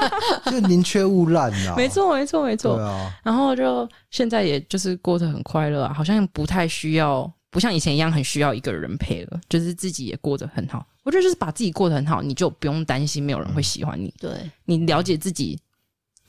Speaker 4: 就宁缺毋滥啊。
Speaker 3: 没，错没错没错，
Speaker 4: 对啊。
Speaker 3: 然后就现在也就是过得很快乐、啊，好像不太需要，不像以前一样很需要一个人陪了，就是自己也过得很好。我觉得就是把自己过得很好，你就不用担心没有人
Speaker 2: 嗯
Speaker 3: 会喜欢你。
Speaker 2: 对
Speaker 3: 你了解自己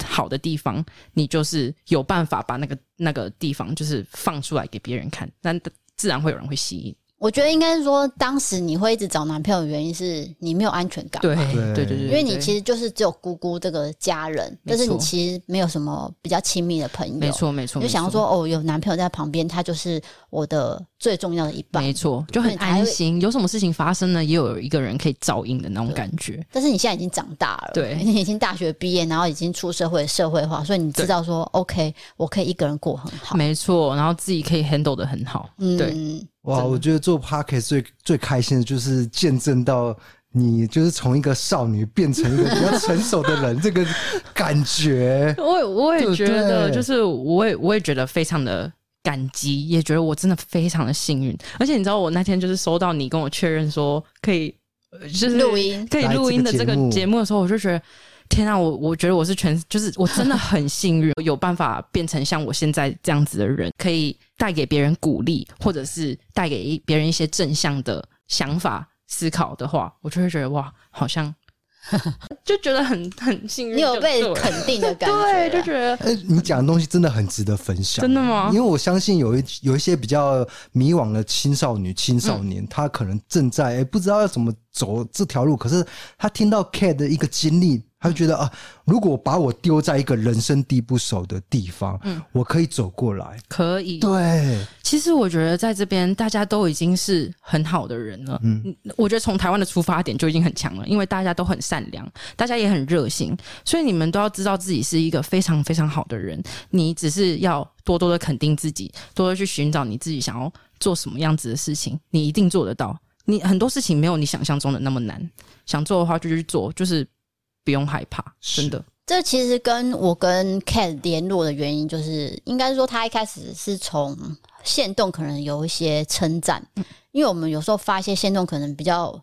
Speaker 3: 好的地方，你就是有办法把那个那个地方就是放出来给别人看，那自然会有人会吸引。
Speaker 2: 我觉得应该是说，当时你会一直找男朋友的原因是你没有安全感，
Speaker 3: 对
Speaker 4: 对
Speaker 3: 对对对，
Speaker 2: 因为你其
Speaker 3: 实
Speaker 2: 实就是只有姑姑这个家人，
Speaker 3: 没
Speaker 2: 但
Speaker 3: 错
Speaker 2: 是你其实没有什么比较亲密的朋友，
Speaker 3: 没，错没错，
Speaker 2: 你就想要
Speaker 3: 没错
Speaker 2: 说哦，有男朋友在旁边，他就是我的最重要的一半
Speaker 3: 没。错，就很安心。有什么事情发生呢，也有一个人可以照应的那种感觉。
Speaker 2: 但是你现在已经长大了，
Speaker 3: 对
Speaker 2: 你已经大学毕业，然后已经出社会社会化，所以你知道说，OK，我可以一个人过很好。
Speaker 3: 没错，然后自己可以 handle 的很好。对，
Speaker 2: 嗯，
Speaker 4: 哇，我觉得做 p o c a s t 最最开心的就是见证到你就是从一个少女变成一个比较成熟的 人，这个感觉。
Speaker 3: 我也我
Speaker 4: 对
Speaker 3: 也
Speaker 4: 不
Speaker 3: 觉得，
Speaker 4: 对
Speaker 3: 就是我也我也觉得非常的感激，也觉得我真的非常的幸运。而且你知道，我那天就是收到你跟我确认说可以，呃就是
Speaker 2: 录音
Speaker 3: 可以录音的这
Speaker 4: 来这个节
Speaker 3: 个
Speaker 4: 目
Speaker 3: 节目的时候，我就觉得。天啊，我我觉得我是全，就是我真的很幸运，有办法变成像我现在这样子的人，可以带给别人鼓励，或者是带给一别人一些正向的想法、思考的话，我就会觉得哇，好像 就觉得很很幸运，
Speaker 2: 你有
Speaker 3: 就
Speaker 2: 被
Speaker 3: 对了
Speaker 2: 肯定的感觉啊，
Speaker 3: 对，就觉得
Speaker 4: 哎、你讲的东西真的很值得分享，
Speaker 3: 真的吗
Speaker 4: 因为我相信有一有一些比较迷惘的青少女、青少
Speaker 3: 嗯
Speaker 4: 年，他可能正在、哎不知道要怎么走这条路，可是他听到 K 的一个经历，他就觉
Speaker 3: 嗯
Speaker 4: 得啊，如果把我丢在一个人生地不熟的地方，
Speaker 3: 嗯
Speaker 4: 我可以走过来。
Speaker 3: 可以。
Speaker 4: 对，
Speaker 3: 其实我觉得在这边大家都已经是很好的人了。嗯，我觉得从台湾的出发点就已经很强了，因为大家都很善良，大家也很热心，所以你们都要知道自己是一个非常非常好的人。你只是要多多的肯定自己，多多地去寻找你自己想要做什么样子的事情，你一定做得到。你很多事情没有你想象中的那么难，想做的话就去做，就是不用害怕，真的。
Speaker 2: 这其实跟我跟 Cat 联络的原因，就是应该说他一开始是从线动可能有一些称赞，
Speaker 4: 嗯
Speaker 2: 因为我们有时候发一些线动可能比较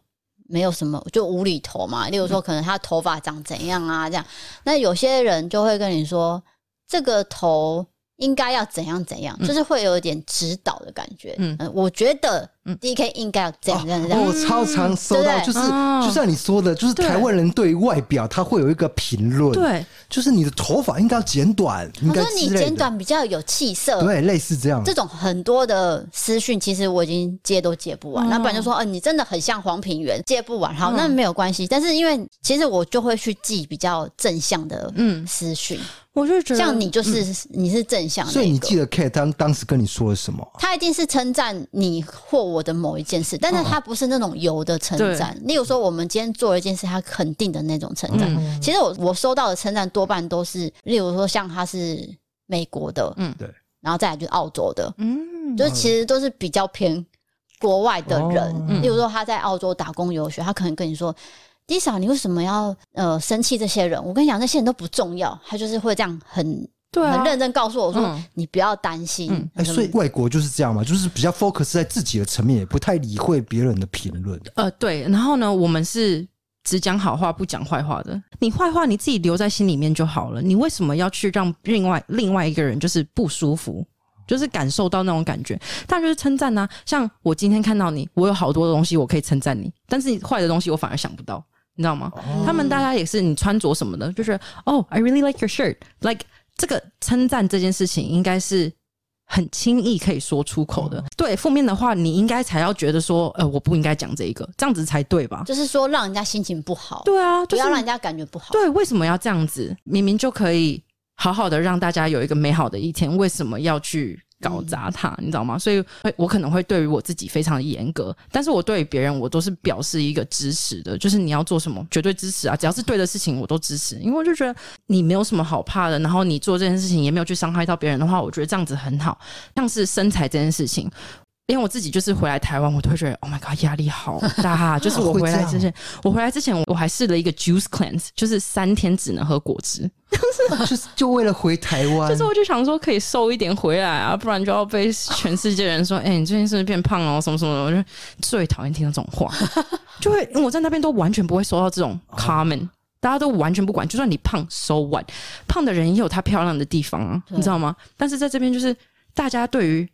Speaker 2: 没有什么，就无厘头嘛。例如
Speaker 4: 嗯
Speaker 2: 说，可能他头发长怎样啊这样，那有些人就会跟你说这个头。应该要怎样怎样，
Speaker 4: 嗯
Speaker 2: 就是会有一点指导的感觉。嗯
Speaker 3: 嗯，
Speaker 2: 我觉得
Speaker 3: 嗯
Speaker 2: D K 应该要这样这样这样。
Speaker 4: 我哦超常收到，
Speaker 2: 对嗯
Speaker 4: 就是
Speaker 3: 哦
Speaker 4: 就像你说的，就是台湾人对于外表他会有一个评论，，
Speaker 3: 对，
Speaker 4: 就是你的头发应该要剪短，应
Speaker 2: 我
Speaker 4: 该
Speaker 2: 说你
Speaker 4: 之类
Speaker 2: 剪
Speaker 4: 的，
Speaker 2: 短比较有气色，
Speaker 4: 对，类似这样
Speaker 2: 这。种很多的私讯，其实我已经接都接不完。
Speaker 3: 嗯
Speaker 2: 那不然就说，呃，你真的很像黄品源，接不完。
Speaker 4: 嗯
Speaker 2: 好，那没有关系。但是因为其实我就会去记比较正向的
Speaker 3: 嗯
Speaker 2: 私讯，
Speaker 3: 我就觉得
Speaker 2: 像你就是、你是正向的、那
Speaker 4: 啊嗯所以你
Speaker 2: 个
Speaker 4: 记得 K 当当时跟你说了什么？
Speaker 2: 他一定是称赞你或我的某一件事，
Speaker 4: 嗯
Speaker 2: 但是他不是那种油的称赞。例如说，我们今天做了一件事，他肯定的那种称赞。
Speaker 4: 嗯
Speaker 2: 其实我我收到的称赞多半都是，例如说像他是美国的，嗯
Speaker 3: 嗯，
Speaker 4: 对，
Speaker 2: 然后再来就是澳洲的，
Speaker 3: 嗯，
Speaker 2: 就是其实都是比较偏国外的人，
Speaker 4: 哦
Speaker 3: 嗯
Speaker 2: 例如说他在澳洲打工游学，他可能跟你说。迪嫂，你为什么要呃生气这些人？我跟你讲，那些人都不重要。他就是会这样很、
Speaker 3: 对啊
Speaker 2: 很，认真告诉我说，
Speaker 3: 嗯
Speaker 2: 你不要担心。
Speaker 3: 嗯
Speaker 4: 哎，
Speaker 2: 什么
Speaker 4: 所以外国就是这样嘛，就是比较 focus 在自己的层面，也不太理会别人的评论。
Speaker 3: 呃，对，然后呢，我们是只讲好话不讲坏话的。你坏话你自己留在心里面就好了，你为什么要去让另外另外一个人就是不舒服？就是感受到那种感觉，当然就是称赞呐。啊像我今天看到你，我有好多东西我可以称赞你，但是坏的东西我反而想不到，你知道吗？
Speaker 2: 哦
Speaker 3: 他们大家也是，你穿着什么的，就是哦、i really like your shirt，like 这个称赞这件事情应该是很轻易可以说出口
Speaker 2: 哦
Speaker 3: 的。对负面的话，你应该才要觉得说，呃，我不应该讲这一个，这样子才对吧？
Speaker 2: 就是说让人家心情不好，
Speaker 3: 对啊，
Speaker 2: 不
Speaker 3: 就是
Speaker 2: 要让人家感觉不好。
Speaker 3: 对，为什么要这样子？明明就可以好好的让大家有一个美好的一天，为什么要去搞砸它？你知道吗？所以会我可能会对于我自己非常的严格，但是我对于别人我都是表示一个支持的，就是你要做什么，绝对支持啊！只要是对的事情，我都支持，因为我就觉得你没有什么好怕的，然后你做这件事情也没有去伤害到别人的话，我觉得这样子很好。像是身材这件事情。因为我自己就是回来台湾，我都会觉得 Oh my God，压力好 大。就是
Speaker 4: 哦
Speaker 3: 我
Speaker 4: 会
Speaker 3: 回来
Speaker 4: 这样
Speaker 3: 之前，我回来之前我还试了一个 juice cleanse，就是三天只能喝果汁。
Speaker 4: 就是就为了回台湾，
Speaker 3: 就是我就想说可以瘦一点回来啊，不然就要被全世界人说，哎、你最近是不是变胖了、什么什么的。我就最讨厌听到这种话， 就会我在那边都完全不会收到这种 comment。大家都完全不管，就算你胖，so what？胖的人也有他漂亮的地方啊，
Speaker 2: 对
Speaker 3: 你知道吗？但是在这边就是大家对于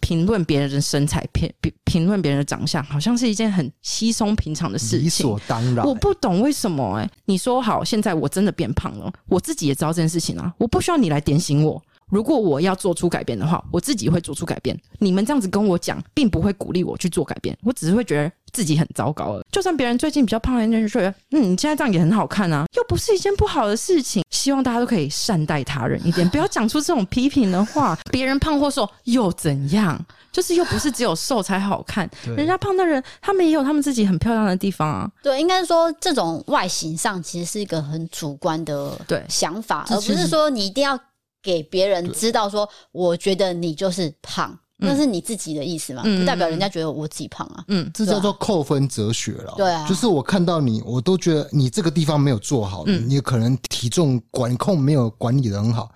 Speaker 3: 评论别人的身材、评评评论别人的长相，好像是一件很稀松平常的事
Speaker 4: 理
Speaker 3: 情。
Speaker 4: 所当然。
Speaker 3: 我不懂为什么哎、你说好，现在我真的变胖了，我自己也知道这件事情啊，我不需要你来点醒我。如果我要做出改变的话，我自己会做出改变。你们这样子跟我讲，并不会鼓励我去做改变，我只是会觉得自己很糟糕了。就算别人最近比较胖了，人家就觉得，嗯，你现在这样也很好看啊，又不是一件不好的事情。希望大家都可以善待他人一点，不要讲出这种批评的话。别人胖或瘦又怎样？就是又不是只有瘦才好看，
Speaker 4: 对
Speaker 3: 人家胖的人，他们也有他们自己很漂亮的地方啊。
Speaker 2: 对，应该说这种外形上其实是一个很主观的
Speaker 3: 对
Speaker 2: 想法，
Speaker 4: 这
Speaker 2: 而
Speaker 4: 其
Speaker 2: 不
Speaker 4: 实
Speaker 2: 是说你一定要给别人知道说，我觉得你就是胖，那是你自己的意思嘛，
Speaker 3: 嗯
Speaker 2: 不代表人家觉得我自己胖啊。
Speaker 3: 嗯，
Speaker 5: 这叫做扣分哲学了。
Speaker 2: 对啊
Speaker 5: 就是我看到你，我都觉得你这个地方没有做好，你可能体重管控没有管理的很好，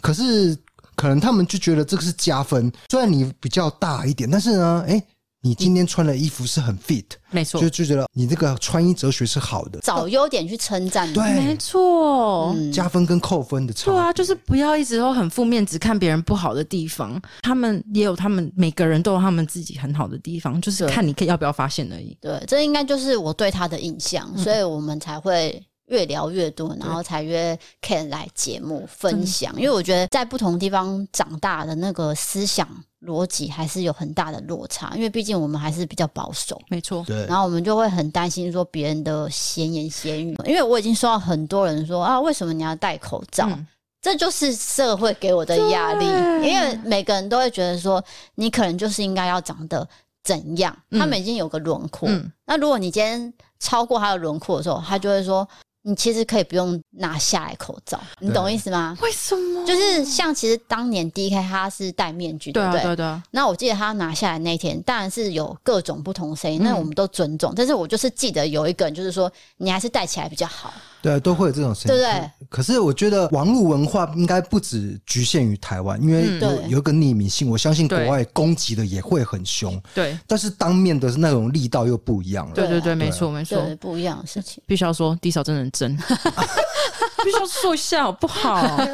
Speaker 5: 可是可能他们就觉得这个是加分。虽然你比较大一点，但是呢，哎、你今天穿的衣服是很 fit，
Speaker 3: 没错
Speaker 5: 就，就觉得你这个穿衣哲学是好的，
Speaker 2: 找优点去称赞你，嗯
Speaker 3: 没
Speaker 5: 对，
Speaker 3: 错。
Speaker 5: 加分跟扣分的差
Speaker 3: 对
Speaker 5: 别。
Speaker 3: 啊，就是不要一直都很负面，只看别人不好的地方。他们也有他们每个人都有他们自己很好的地方，就是
Speaker 2: 对
Speaker 3: 看你可以要不要发现而已。嗯
Speaker 2: 对，这应该就是我对他的印象，所以我们才会越聊越多，然后才约 Ken 来节目分享。因为我觉得在不同地方长大的那个思想逻辑还是有很大的落差，因为毕竟我们还是比较保守。
Speaker 3: 没错，
Speaker 5: 对
Speaker 2: 然后我们就会很担心说别人的闲言闲语，因为我已经收到很多人说啊，为什么你要戴口罩？
Speaker 3: 嗯
Speaker 2: 这就是社会给我的压力，
Speaker 3: 对
Speaker 2: 因为每个人都会觉得说，你可能就是应该要长得怎样，
Speaker 3: 嗯
Speaker 2: 他们已经有个轮廓。
Speaker 3: 嗯
Speaker 2: 那如果你今天超过他的轮廓的时候，他就会说，你其实可以不用拿下来口罩，你懂意思吗？
Speaker 3: 为什么？
Speaker 2: 就是像其实当年 D K 他是戴面具，
Speaker 3: 对
Speaker 2: 对不对？
Speaker 3: 啊，对啊对啊，
Speaker 2: 那我记得他拿下来那一天，当然是有各种不同声音，那
Speaker 3: 嗯
Speaker 2: 我们都尊重。但是我就是记得有一个人就是说，你还是戴起来比较好。
Speaker 4: 对啊，都会有这种声音，
Speaker 2: 对不对
Speaker 4: 可是我觉得网络文化应该不止局限于台湾，因为
Speaker 3: 嗯
Speaker 4: 有、
Speaker 2: 对
Speaker 4: 有一个匿名性，我相信国
Speaker 3: 对
Speaker 4: 外攻击的也会很凶，
Speaker 3: 对啊
Speaker 4: 但是当面的那种力道又不一样了。
Speaker 3: 嗯对对
Speaker 2: 对
Speaker 3: 对，没错没错，
Speaker 2: 对，不一样的事情。
Speaker 3: 必须要说低潮真的很 真，必须要说一下好不好？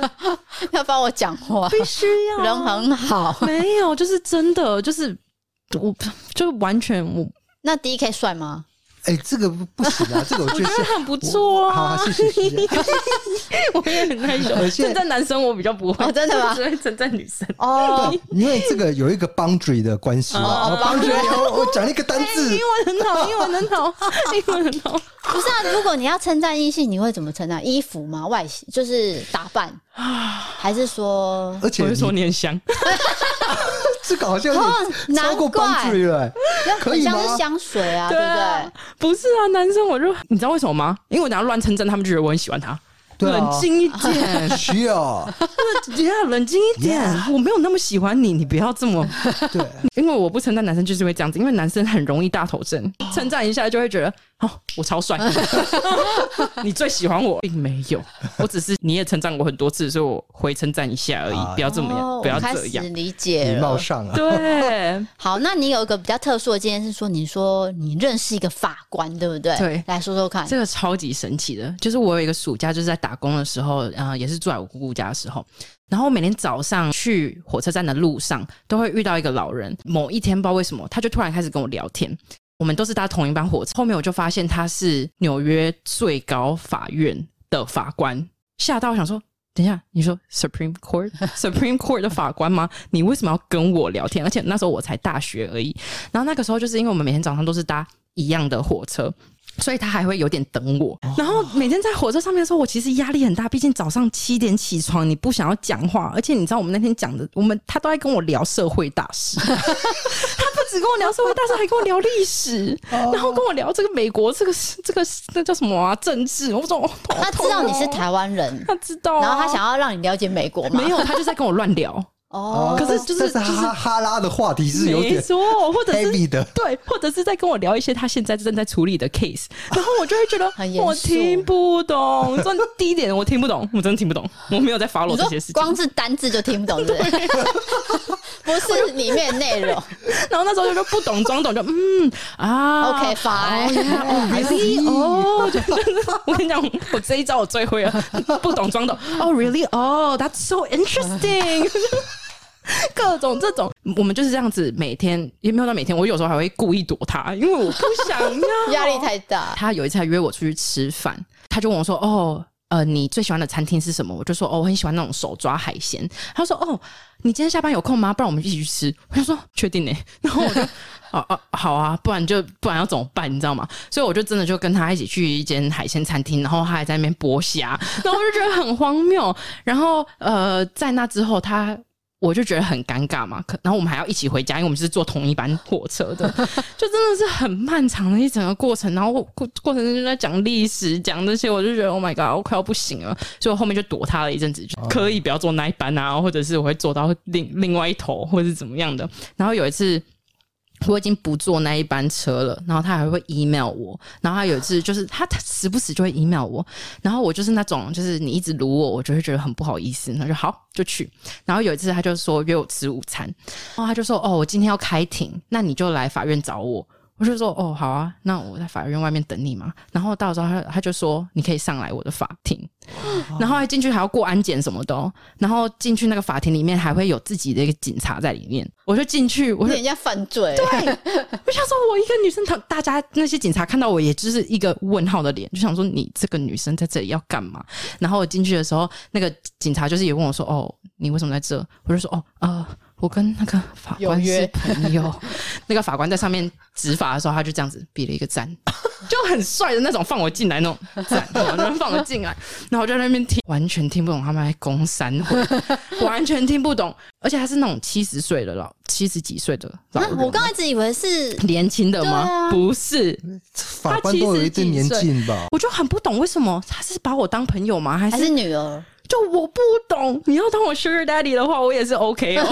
Speaker 2: 要帮我讲话，
Speaker 3: 必须要
Speaker 2: 人很好。
Speaker 3: 没有，就是真的，就是我就完全我
Speaker 2: 那 D K 帅吗？
Speaker 4: 哎、这个不不 行啊，这个我觉得是。
Speaker 3: 很不错
Speaker 4: 好、
Speaker 3: 啊
Speaker 4: 啊，，谢谢谢谢。
Speaker 3: 我也很害羞
Speaker 4: 而。且
Speaker 3: 称赞男生我比较不会，
Speaker 2: 哦真的吗
Speaker 3: 我只会称赞女生。
Speaker 2: 哦，
Speaker 4: 因为这个有一个 boundary 的关系嘛，
Speaker 2: 哦
Speaker 4: 然后 boundary 我我讲了一个单字
Speaker 3: 英，文很好，英文很 好，英文很好。
Speaker 2: 不是啊。如果你要称赞异性，你会怎么称赞？衣服吗？外形就是打 扮，还是说
Speaker 4: 而且
Speaker 3: 我就
Speaker 4: 你
Speaker 3: 说你很香，
Speaker 4: 这个好像有点
Speaker 2: 哦
Speaker 4: 超过
Speaker 2: 难怪
Speaker 4: boundary 了、可
Speaker 2: 很
Speaker 4: 以吗
Speaker 2: 像是香水啊？对不
Speaker 3: 啊
Speaker 2: 对？
Speaker 3: 不是啊，男生我就你知道为什么吗？因为我等下乱称赞，他们就觉得我很喜欢他。
Speaker 4: 对啊
Speaker 3: 冷静一点，
Speaker 4: 需要
Speaker 3: 你要啊冷静一点。
Speaker 4: Yeah
Speaker 3: 我没有那么喜欢你，你不要这么。
Speaker 4: 对，
Speaker 3: 因为我不称赞男生就是会这样子，因为男生很容易大头症，
Speaker 4: 哦
Speaker 3: 称赞一下就会觉得哦，我 超帅，你最喜欢我，并没有，我只是你也称赞我很多次，所以我回称赞一下而
Speaker 4: 啊
Speaker 3: 已，不要这么样，
Speaker 2: 哦
Speaker 3: 不要
Speaker 2: 我开
Speaker 3: 这
Speaker 2: 始
Speaker 3: 样。
Speaker 2: 理解
Speaker 4: 礼貌
Speaker 2: 了。
Speaker 4: 上啊，
Speaker 3: 对，
Speaker 2: 好，那你有一个比较特殊的经验是说，你说你认识一个法官，对不对？
Speaker 3: 对
Speaker 2: 来说说看。
Speaker 3: 这个超级神奇的，就是我有一个暑假，就是在打工的时候，呃，也是住在我姑姑家的时候，然后每天早上去火车站的路上，都会遇到一个老人。某一天不知道为什么，他就突然开始跟我聊天。我们都是搭同一班火车，后面我就发现他是纽约最高法院的法官，吓到我想说。等一下，你说 Supreme Court Supreme Court 的法官吗？你为什么要跟我聊天？而且那时候我才大学而已。然后那个时候就是因为我们每天早上都是搭一样的火车，所以他还会有点等我。
Speaker 2: 哦
Speaker 3: 然后每天在火车上面的时候，我其实压力很大，毕竟早上七点起床，你不想要讲话，而且你知道我们那天讲的，我们他都在跟我聊社会大 事，他不只跟我聊社会大事，还跟我聊历史，
Speaker 2: 哦
Speaker 3: 然后跟我聊这个美国这个这个那叫什么啊政治。我说哦，头
Speaker 2: 他知道你是台湾人，
Speaker 3: 他知道啊、
Speaker 2: 然后他想要让你了解美国嘛？
Speaker 3: 没有，他就在跟我乱聊，
Speaker 2: 哦，
Speaker 3: 可是就是
Speaker 4: 但
Speaker 3: 就是
Speaker 4: 哈哈拉的话题是有
Speaker 3: 没
Speaker 4: 点
Speaker 3: 错，或者是
Speaker 4: heavy 的，
Speaker 3: 对，或者是在跟我聊一些他现在正在处理的 case，然后我就会觉得
Speaker 2: 很严肃
Speaker 3: 我听不懂。真的第一点，我听不懂， 我真的听不懂，我没有在 follow
Speaker 2: 你
Speaker 3: 这
Speaker 2: 说
Speaker 3: 些事情。
Speaker 2: 光是单字就听不懂，对不 对？ 不是里面内容。
Speaker 3: 然后那时候就说不懂装懂，就嗯啊
Speaker 2: OK，fine。
Speaker 3: 哦，really 哦，就 我跟你讲，我这一招我最会了， 不懂装懂。哦，really 哦，That's so interesting 。 各种这种，我们就是这样子，每天也没有到每天，我有时候还会故意躲他，因为我不想要
Speaker 2: 压力太大，
Speaker 3: 他有一次还约我出去吃饭，他就问我说：“哦，呃，你最喜欢的餐厅是什么？”我就说：“哦，我很喜欢那种手抓海鲜。”他说：“哦，你今天下班有空吗？不然我们一起去吃。”我就说：“确定呢、欸然后我就：“哦哦，好啊，不然就不然要怎么办？你知道吗？”所以我就真的就跟他一起去一间海鲜餐厅，然后他还在那边剥虾，然后我就觉得很荒谬。然后呃，在那之后他。我就觉得很尴尬嘛，可然后我们还要一起回家，因为我们是坐同一班火车的， 就真的是很漫长的一整个过程。然后我过过程中就在讲历史，讲这些，我就觉得 Oh my God，我快要不行了。所以我后面就躲他了一阵子，就可以不要坐那一班啊，或者是我会坐到另另外一头，或者是怎么样的。然后有一次。我已经不坐那一班车了，然后他还会 email 我，然后他有一次就是他他时不时就会 email 我，然后我就是那种就是你一直撸我，我就会觉得很不好意思，那就好就去。然后有一次他就说约我吃午餐，然后他就说哦我今天要开庭，那你就来法院找我。我就说哦好啊，那我在法院外面等你嘛。然后到时候他他就说你可以上来我的法庭，然后还进去还要过安检什么的哦，然后进去那个法庭里面还会有自己的一个警察在里面。我就进去，我
Speaker 2: 有
Speaker 3: 就
Speaker 2: 点像犯罪。
Speaker 3: 我想说，我一个女生，他大家那些警察看到我，也就是一个问号的脸，就想说你这个女生在这里要干嘛？然后我进去的时候，那个警察就是也问我说：“哦，你为什么在这？”我就说：“哦，呃，我跟那个法官
Speaker 2: 有
Speaker 3: 是
Speaker 2: 约
Speaker 3: 朋友。” 那个法官在上面执法的时候，他就这样子比了一个赞，就很帅的那种，放我进来那种赞，然后放我进来，然后我就在那边听，完全听不懂他们在攻三会， 完全听不懂，而且他是那种七十岁的老，七十几岁的老
Speaker 2: 啊
Speaker 3: 人。
Speaker 2: 我刚一直以为是
Speaker 3: 年轻的吗？
Speaker 2: 对啊
Speaker 3: 不是，
Speaker 4: 法官都有一定年纪吧？
Speaker 3: 我就很不懂为什么他是把我当朋友吗？还是
Speaker 2: 还是女儿，
Speaker 3: 就我不懂？你要当我 sugar daddy 的话，我也是 OK 哦，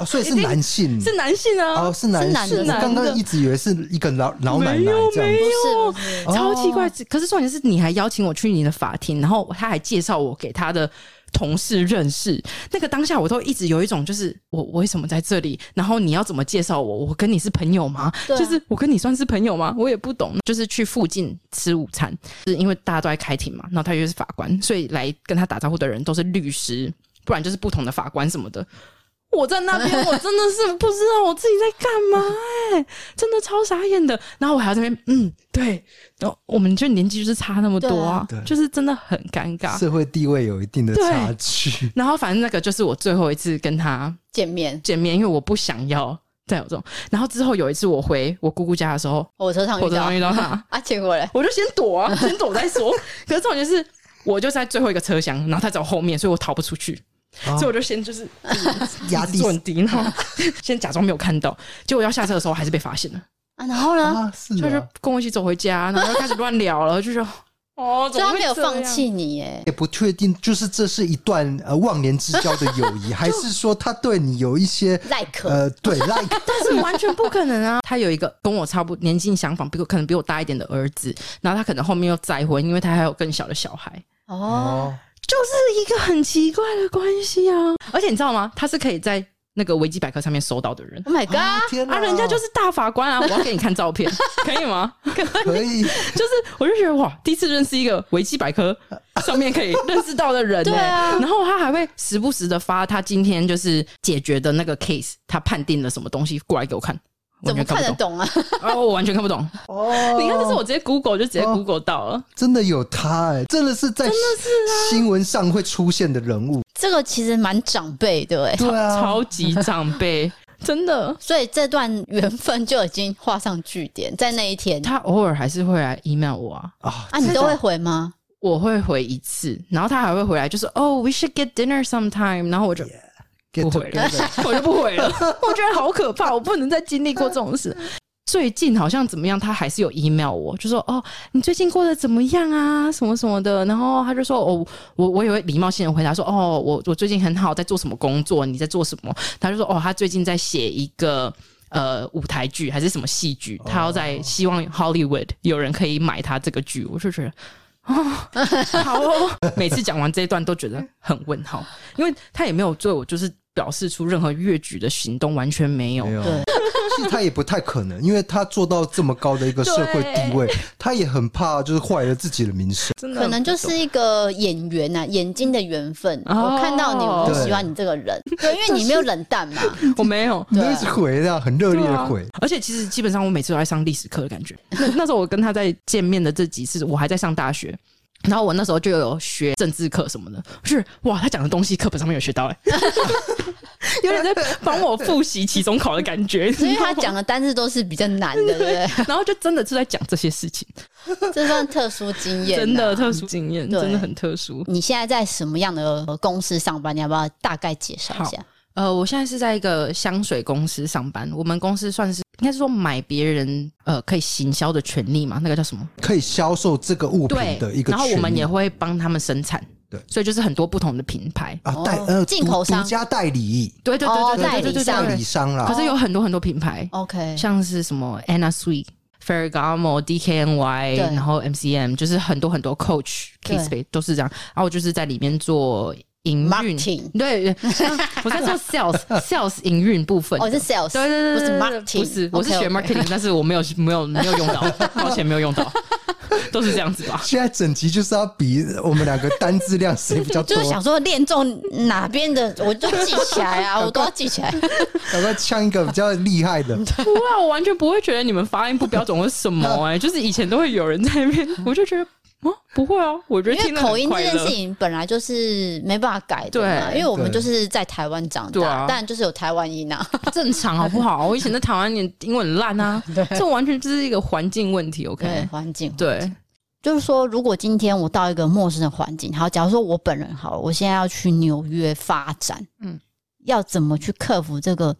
Speaker 4: 啊所以是男性，
Speaker 3: 是男性啊
Speaker 4: 哦，，是男
Speaker 2: 是
Speaker 4: 性。
Speaker 2: 男的
Speaker 4: 我刚刚一直以为是一个老老奶奶
Speaker 3: 没有
Speaker 4: 这样
Speaker 3: 没
Speaker 4: 子。
Speaker 3: 有
Speaker 2: 不是不是
Speaker 3: 超奇怪。可是重点是，你还邀请我去你的法庭，然后他还介绍我给他的。同事认识那个当下，我都一直有一种就是我我为什么在这里？然后你要怎么介绍我？我跟你是朋友吗？
Speaker 2: 对啊
Speaker 3: 就是我跟你算是朋友吗？我也不懂。就是去附近吃午餐，是因为大家都在开庭嘛，然后他又是法官，所以来跟他打招呼的人都是律师，不然就是不同的法官什么的。我在那边，我真的是不知道我自己在干嘛、哎，真的超傻眼的。然后我还要在那边，嗯，对，然后我们就年纪就是差那么多啊，
Speaker 4: 对啊对
Speaker 3: 就是真的很尴尬。
Speaker 4: 社会地位有一定的差 距，
Speaker 3: 然后反正那个就是我最后一次跟他
Speaker 2: 见面
Speaker 3: 见面，因为我不想要再有这种。然后之后有一次我回我姑姑家的时候，
Speaker 2: 火车上
Speaker 3: 火
Speaker 2: 遇
Speaker 3: 车
Speaker 2: 到
Speaker 3: 上遇到他，
Speaker 2: 啊，结果嘞，
Speaker 3: 我就先躲啊，先躲再说。可是重点是，我就在最后一个车厢，然后他在我后面，所以我逃不出去。
Speaker 4: 啊
Speaker 3: 所以我就先就是
Speaker 4: 哦 压
Speaker 3: 自己
Speaker 4: 低
Speaker 3: 做很低，然后 先假装没有看到。结果要下车的时候还是被发现了，
Speaker 2: 啊，然后呢？
Speaker 4: 啊，是
Speaker 3: 他就
Speaker 4: 啊，
Speaker 3: 跟我一起走回家，然后就开始乱聊了，就说哦，
Speaker 2: 所
Speaker 3: 怎
Speaker 2: 以
Speaker 3: 么
Speaker 2: 他
Speaker 3: 会
Speaker 2: 没有
Speaker 3: 这样
Speaker 2: 放弃你耶，
Speaker 4: 也不确定，就是这是一段呃忘年之交的友 谊，还是说他对你有一些
Speaker 2: like
Speaker 4: 呃 对 like
Speaker 3: 但是完全不可能啊！ 他有一个跟我差不多年纪相仿，比我可能比我大一点的儿子，然后他可能后面又再婚，因为他还有更小的小孩。
Speaker 2: 哦，
Speaker 3: 就是一个很奇怪的关系啊！而且你知道吗？他是可以在那个维基百科上面搜到的人
Speaker 2: Oh my god！
Speaker 4: 天
Speaker 3: 啊，人家就是大法官啊！我要给你看照 片，可以吗？
Speaker 4: 可以
Speaker 3: 就是我就觉得哇，第一次认识一个维基百科上面可以认识到的人、欸，
Speaker 2: 对啊
Speaker 3: 然后他还会时不时的发他今天就是解决的那个 case，他判定了什么东西过来给我看，
Speaker 2: 怎
Speaker 3: 完
Speaker 2: 么
Speaker 3: 全
Speaker 2: 看得
Speaker 3: 不懂，
Speaker 2: 懂啊？
Speaker 3: 啊，我完全看不懂。
Speaker 4: 哦
Speaker 3: 你看，这是我直接 Google 就直接 Google 到了，
Speaker 4: 真的有他哎、真的是啊在新闻上会出现的人物，
Speaker 2: 这个其实蛮长辈的哎，
Speaker 4: 对啊，
Speaker 3: 超级长辈，真的。
Speaker 2: 所以这段缘分就已经画上句点，在那一天
Speaker 3: 他偶尔还是会来 email 我啊，
Speaker 4: 啊
Speaker 2: 啊，你都会回吗？
Speaker 3: 我会回一次，然后他还会回来，就是哦、w e should get dinner sometime，然后我就
Speaker 4: get
Speaker 3: 不回了
Speaker 4: together，
Speaker 3: 我就不回了， 我觉得好可怕，我不能再经历过这种事。最近好像怎么样，他还是有 email 我，就说哦，你最近过得怎么样啊，什么什么的。然后他就说哦，我我也会礼貌性的回答说哦，我我最近很好，在做什么工作，你在做什么？他就说哦，他最近在写一个。呃，舞台剧还是什么戏剧，他要在希望 Hollywood 有人可以买他这个剧，我就觉得好哦，每次讲完这一段都觉得很问号，因为他也没有对我就是表示出任何越矩的行动，完全没有
Speaker 4: 没。有
Speaker 2: 对。
Speaker 4: 其实他也不太可能，因为他做到这么高的一个社会地位，他也很怕就是坏了自己的名声。
Speaker 3: 真的
Speaker 2: 可能就是一个眼缘呐、眼睛的缘分。
Speaker 3: 哦
Speaker 2: 我看到你，我就喜欢你这个人，对，因为你没有冷淡 嘛。
Speaker 3: 我没有。
Speaker 4: 你都一直回这样，很热烈
Speaker 3: 对
Speaker 4: 的
Speaker 3: 啊
Speaker 4: 回，
Speaker 3: 而且其实基本上我每次都在上历史课的感觉。那那时候我跟他在见面的这几次，我还在上大学，然后我那时候就有学政治课什么的，就是哇，他讲的东西课本上面有学到哎、 有点在帮我复习期中考的感觉，
Speaker 2: 所以他讲的单字都是比较难的，对不对？
Speaker 3: 然后就真的是在讲这些事情，
Speaker 2: 这算特殊经验、
Speaker 3: 真的。特殊经验，
Speaker 2: 对
Speaker 3: 真的很特殊。
Speaker 2: 你现在在什么样的公司上班？你要不要大概介绍一下？
Speaker 3: 呃，我现在是在一个香水公司上班，我们公司算是应该是说买别人呃可以行销的权利嘛，那个叫什么？
Speaker 4: 可以销售这个物品的一个权利。
Speaker 3: 然后我们也会帮他们生产，
Speaker 4: 对
Speaker 3: 所以就是很多不同的品牌，
Speaker 4: 啊代
Speaker 2: 哦
Speaker 4: 呃
Speaker 2: 进口
Speaker 4: 独
Speaker 2: 商
Speaker 4: 独家代理，
Speaker 3: 对对
Speaker 2: 哦
Speaker 3: 对对
Speaker 2: 代
Speaker 3: 对
Speaker 2: 理哦
Speaker 3: 对对
Speaker 2: 商
Speaker 4: 代
Speaker 3: 对
Speaker 4: 理商啦
Speaker 3: 可。是有很多很多品牌，
Speaker 2: OK，
Speaker 3: 像是什么 Anna Sui。Ferragamo、DKNY，
Speaker 2: 对
Speaker 3: 然后 MCM，就是很多很多 Coach、
Speaker 2: 对
Speaker 3: K Space 都是这样。然后我就是在里面做营运
Speaker 2: Marketing
Speaker 3: 对，对我在做 Sales、Sales 营运部分的。
Speaker 2: 哦，是 sales，
Speaker 3: 对对对对对，
Speaker 2: 不是 marketing，
Speaker 3: 不是，我是学
Speaker 2: OK，OK
Speaker 3: marketing，但是我没有没有没有用到，抱歉没有用到。都是这样子吧？
Speaker 4: 现在整集就是要比我们两个单字量谁比较多
Speaker 2: 就，是想说练中哪边的，我就记起来啊，我都要记起来。
Speaker 4: 赶快呛一个比较厉害的。
Speaker 3: 不啊，我完全不会觉得你们发音不标准或什么 哎、就是以前都会有人在那 边，我就觉得啊，不会啊，我觉得
Speaker 2: 因为
Speaker 3: 听得很
Speaker 2: 口音这
Speaker 3: 快乐
Speaker 2: 件事情本来就是没办法改的嘛，
Speaker 3: 对
Speaker 2: 因为我们
Speaker 4: 对
Speaker 2: 就是在台湾长
Speaker 3: 对
Speaker 2: 大，
Speaker 3: 啊
Speaker 2: 但就是有台湾音啊。
Speaker 3: 正常好不好？我以前在台湾念英文很烂 啊，这完全就是一个环境问题。
Speaker 2: 对
Speaker 3: OK，
Speaker 2: 环境，
Speaker 3: 对，
Speaker 2: 就是说，如果今天我到一个陌生的环境，好，假如说我本人好了，我现在要去纽约发展，嗯
Speaker 3: 嗯，
Speaker 2: 要怎么去克服这个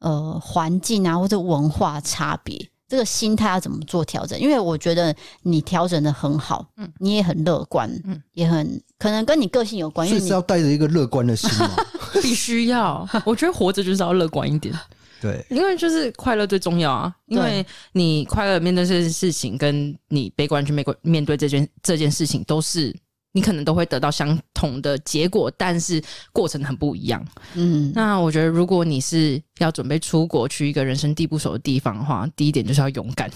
Speaker 2: 呃环境啊或者文化差别？这个心态要怎么做调整？因为我觉得你调整的很好，嗯
Speaker 3: 嗯，
Speaker 2: 你也很乐观，嗯
Speaker 3: 嗯，
Speaker 2: 也很可能跟你个性有关，因
Speaker 4: 所
Speaker 2: 为
Speaker 4: 以
Speaker 2: 你
Speaker 4: 是要带着一个乐观的心嘛，
Speaker 3: 必须要。我觉得活着就是要乐观一点，
Speaker 4: 对，
Speaker 3: 因为就是快乐最重要啊。因为你快乐面对这件事情，跟你悲观去面对面对这件这件事情，都是你可能都会得到相同的结果，但是过程很不一样。
Speaker 2: 嗯，
Speaker 3: 那我觉得，如果你是要准备出国去一个人生地不熟的地方的话，第一点就是要勇敢。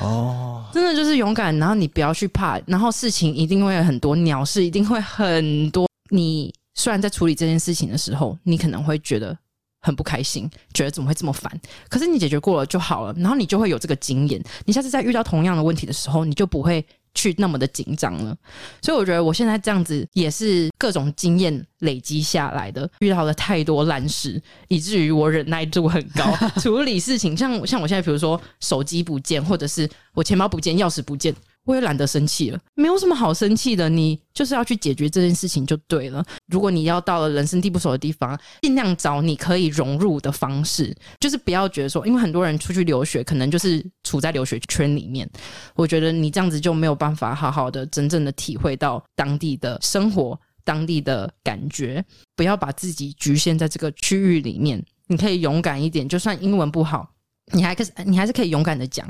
Speaker 4: 哦，
Speaker 3: 真的就是勇敢，然后你不要去怕，然后事情一定会很多，鸟事一定会很多。你虽然在处理这件事情的时候，你可能会觉得很不开心，觉得怎么会这么烦，可是你解决过了就好了，然后你就会有这个经验，你下次再遇到同样的问题的时候，你就不会。去那么的紧张了，所以我觉得我现在这样子也是各种经验累积下来的，遇到了太多烂事，以至于我忍耐度很高，处理事情像像我现在，比如说手机不见，或者是我钱包不见、钥匙不见，我也懒得生气了，没有什么好生气的，你就是要去解决这件事情就对了。如果你要到了人生地不熟的地方，尽量找你可以融入的方式，就是不要觉得说，因为很多人出去留学，可能就是处在留学圈里面，我觉得你这样子就没有办法好好的、真正的体会到当地的生活、当地的感觉。不要把自己局限在这个区域里面，你可以勇敢一点，就算英文不好，你还可以你还是可以勇敢的讲，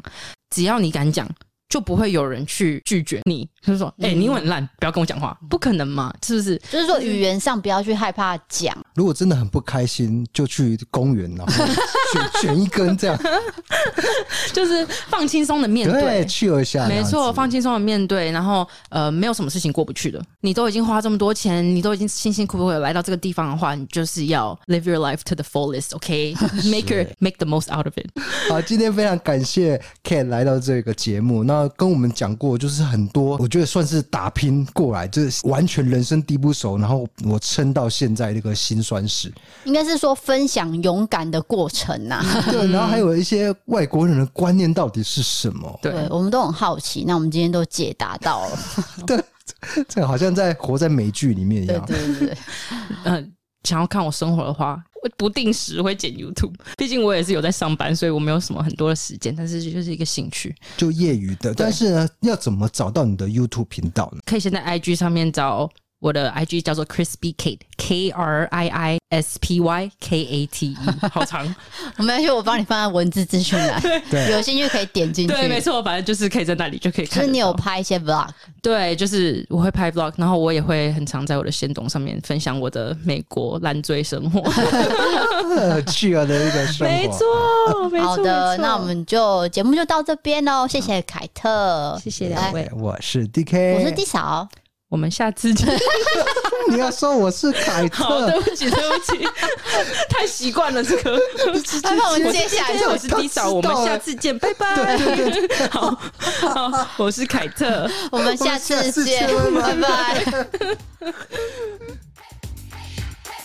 Speaker 3: 只要你敢讲。就不会有人去拒绝你，就是说，哎、
Speaker 2: 嗯
Speaker 3: 你英文很烂，不要跟我讲话，不可能嘛，是不是？
Speaker 2: 就是说语言上不要去害怕讲，
Speaker 4: 如果真的很不开心，就去公园， 然后选选一根这样，
Speaker 3: 就是放轻松的面对
Speaker 4: 对，，啊去一下，
Speaker 3: 没
Speaker 4: 这样
Speaker 3: 错，
Speaker 4: 子
Speaker 3: 放轻松的面对，然后呃，没有什么事情过不去的。你都已经花这么多钱，你都已经辛辛苦苦地来到这个地方的话，你就是要 live your life to the fullest，OK？Make、your make the most out of it。
Speaker 4: 好，今天非常感谢 Ken 来到这个节目，那跟我们讲过，就是很多我觉得算是打拼过来，就是完全人生地不熟，然后我撑到现在这个辛酸 史。
Speaker 2: 应该是说分享勇敢的过程啊呐、
Speaker 4: 对，然后还有一些外国人的观念到底是什么？
Speaker 3: 对
Speaker 2: 对，我们都很好奇，那我们今天都解答到了。
Speaker 4: 这个好像在活在美剧里面一
Speaker 2: 对
Speaker 4: 样。
Speaker 2: 对对对，
Speaker 3: 嗯、想要看我生活的话，我不定时会剪 YouTube，毕竟我也是有在上班，所以我没有什么很多的时间，但是就是一个兴趣。
Speaker 4: 就业余的，但是呢，要怎么找到你的 YouTube 频道呢？
Speaker 3: 可以先在 IG 上面找我的 IG 叫做 Crispy Kate，K R I I S P Y K A T E，好长。
Speaker 2: 我没关系，我帮你放在文字资讯 栏，有兴趣可以点进去。
Speaker 3: 对，没，错，反正就是可以在那里就可以
Speaker 2: 就
Speaker 3: 看得到。
Speaker 2: 是你有拍一些 vlog，
Speaker 3: 对，就是我会拍 vlog，然后我也会很常在我的线动上面分享我的美国烂醉 生活。
Speaker 4: 呃，趣啊的一个生活。
Speaker 3: 没错，没错。
Speaker 2: 好的
Speaker 3: 没，错
Speaker 2: 那我们就节目就到这边喽，谢谢凯特，
Speaker 3: 谢谢两位，
Speaker 4: 哎我是 DK，
Speaker 2: 我是地嫂，
Speaker 3: 哎我们下 次见。
Speaker 4: 你要说我是凯
Speaker 3: 好，对
Speaker 4: 特，
Speaker 3: 不起，对不 起，太习惯了这个。
Speaker 2: 那我们接下来
Speaker 3: 我是 D 嫂，我们下次见，拜拜。好，好，我是凯特。
Speaker 2: 我们下次见，拜拜。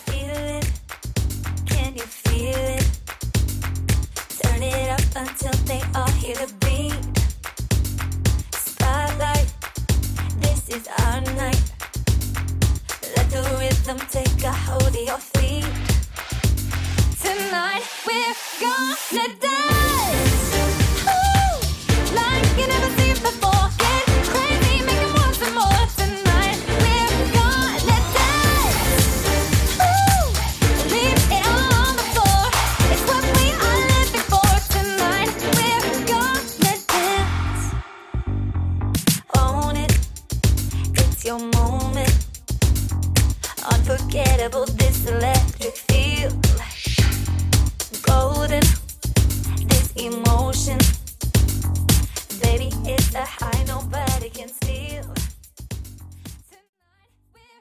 Speaker 6: Feel it? Can you feel it? Turn it up until they all hear the beat. Spotlight, this is our night. Let the rhythm take a hold of your feet. Tonight we're gonna dance. Ooh, like you never seen before. Get crazy, make them want some more. Tonight we're gonna dance. Leave it all on the floor. It's what we are living for tonight. We're gonna dance. Own it. It's your moment. Unforgettable, this electric feel. Golden, this emotion. Baby, it's a high nobody they can steal.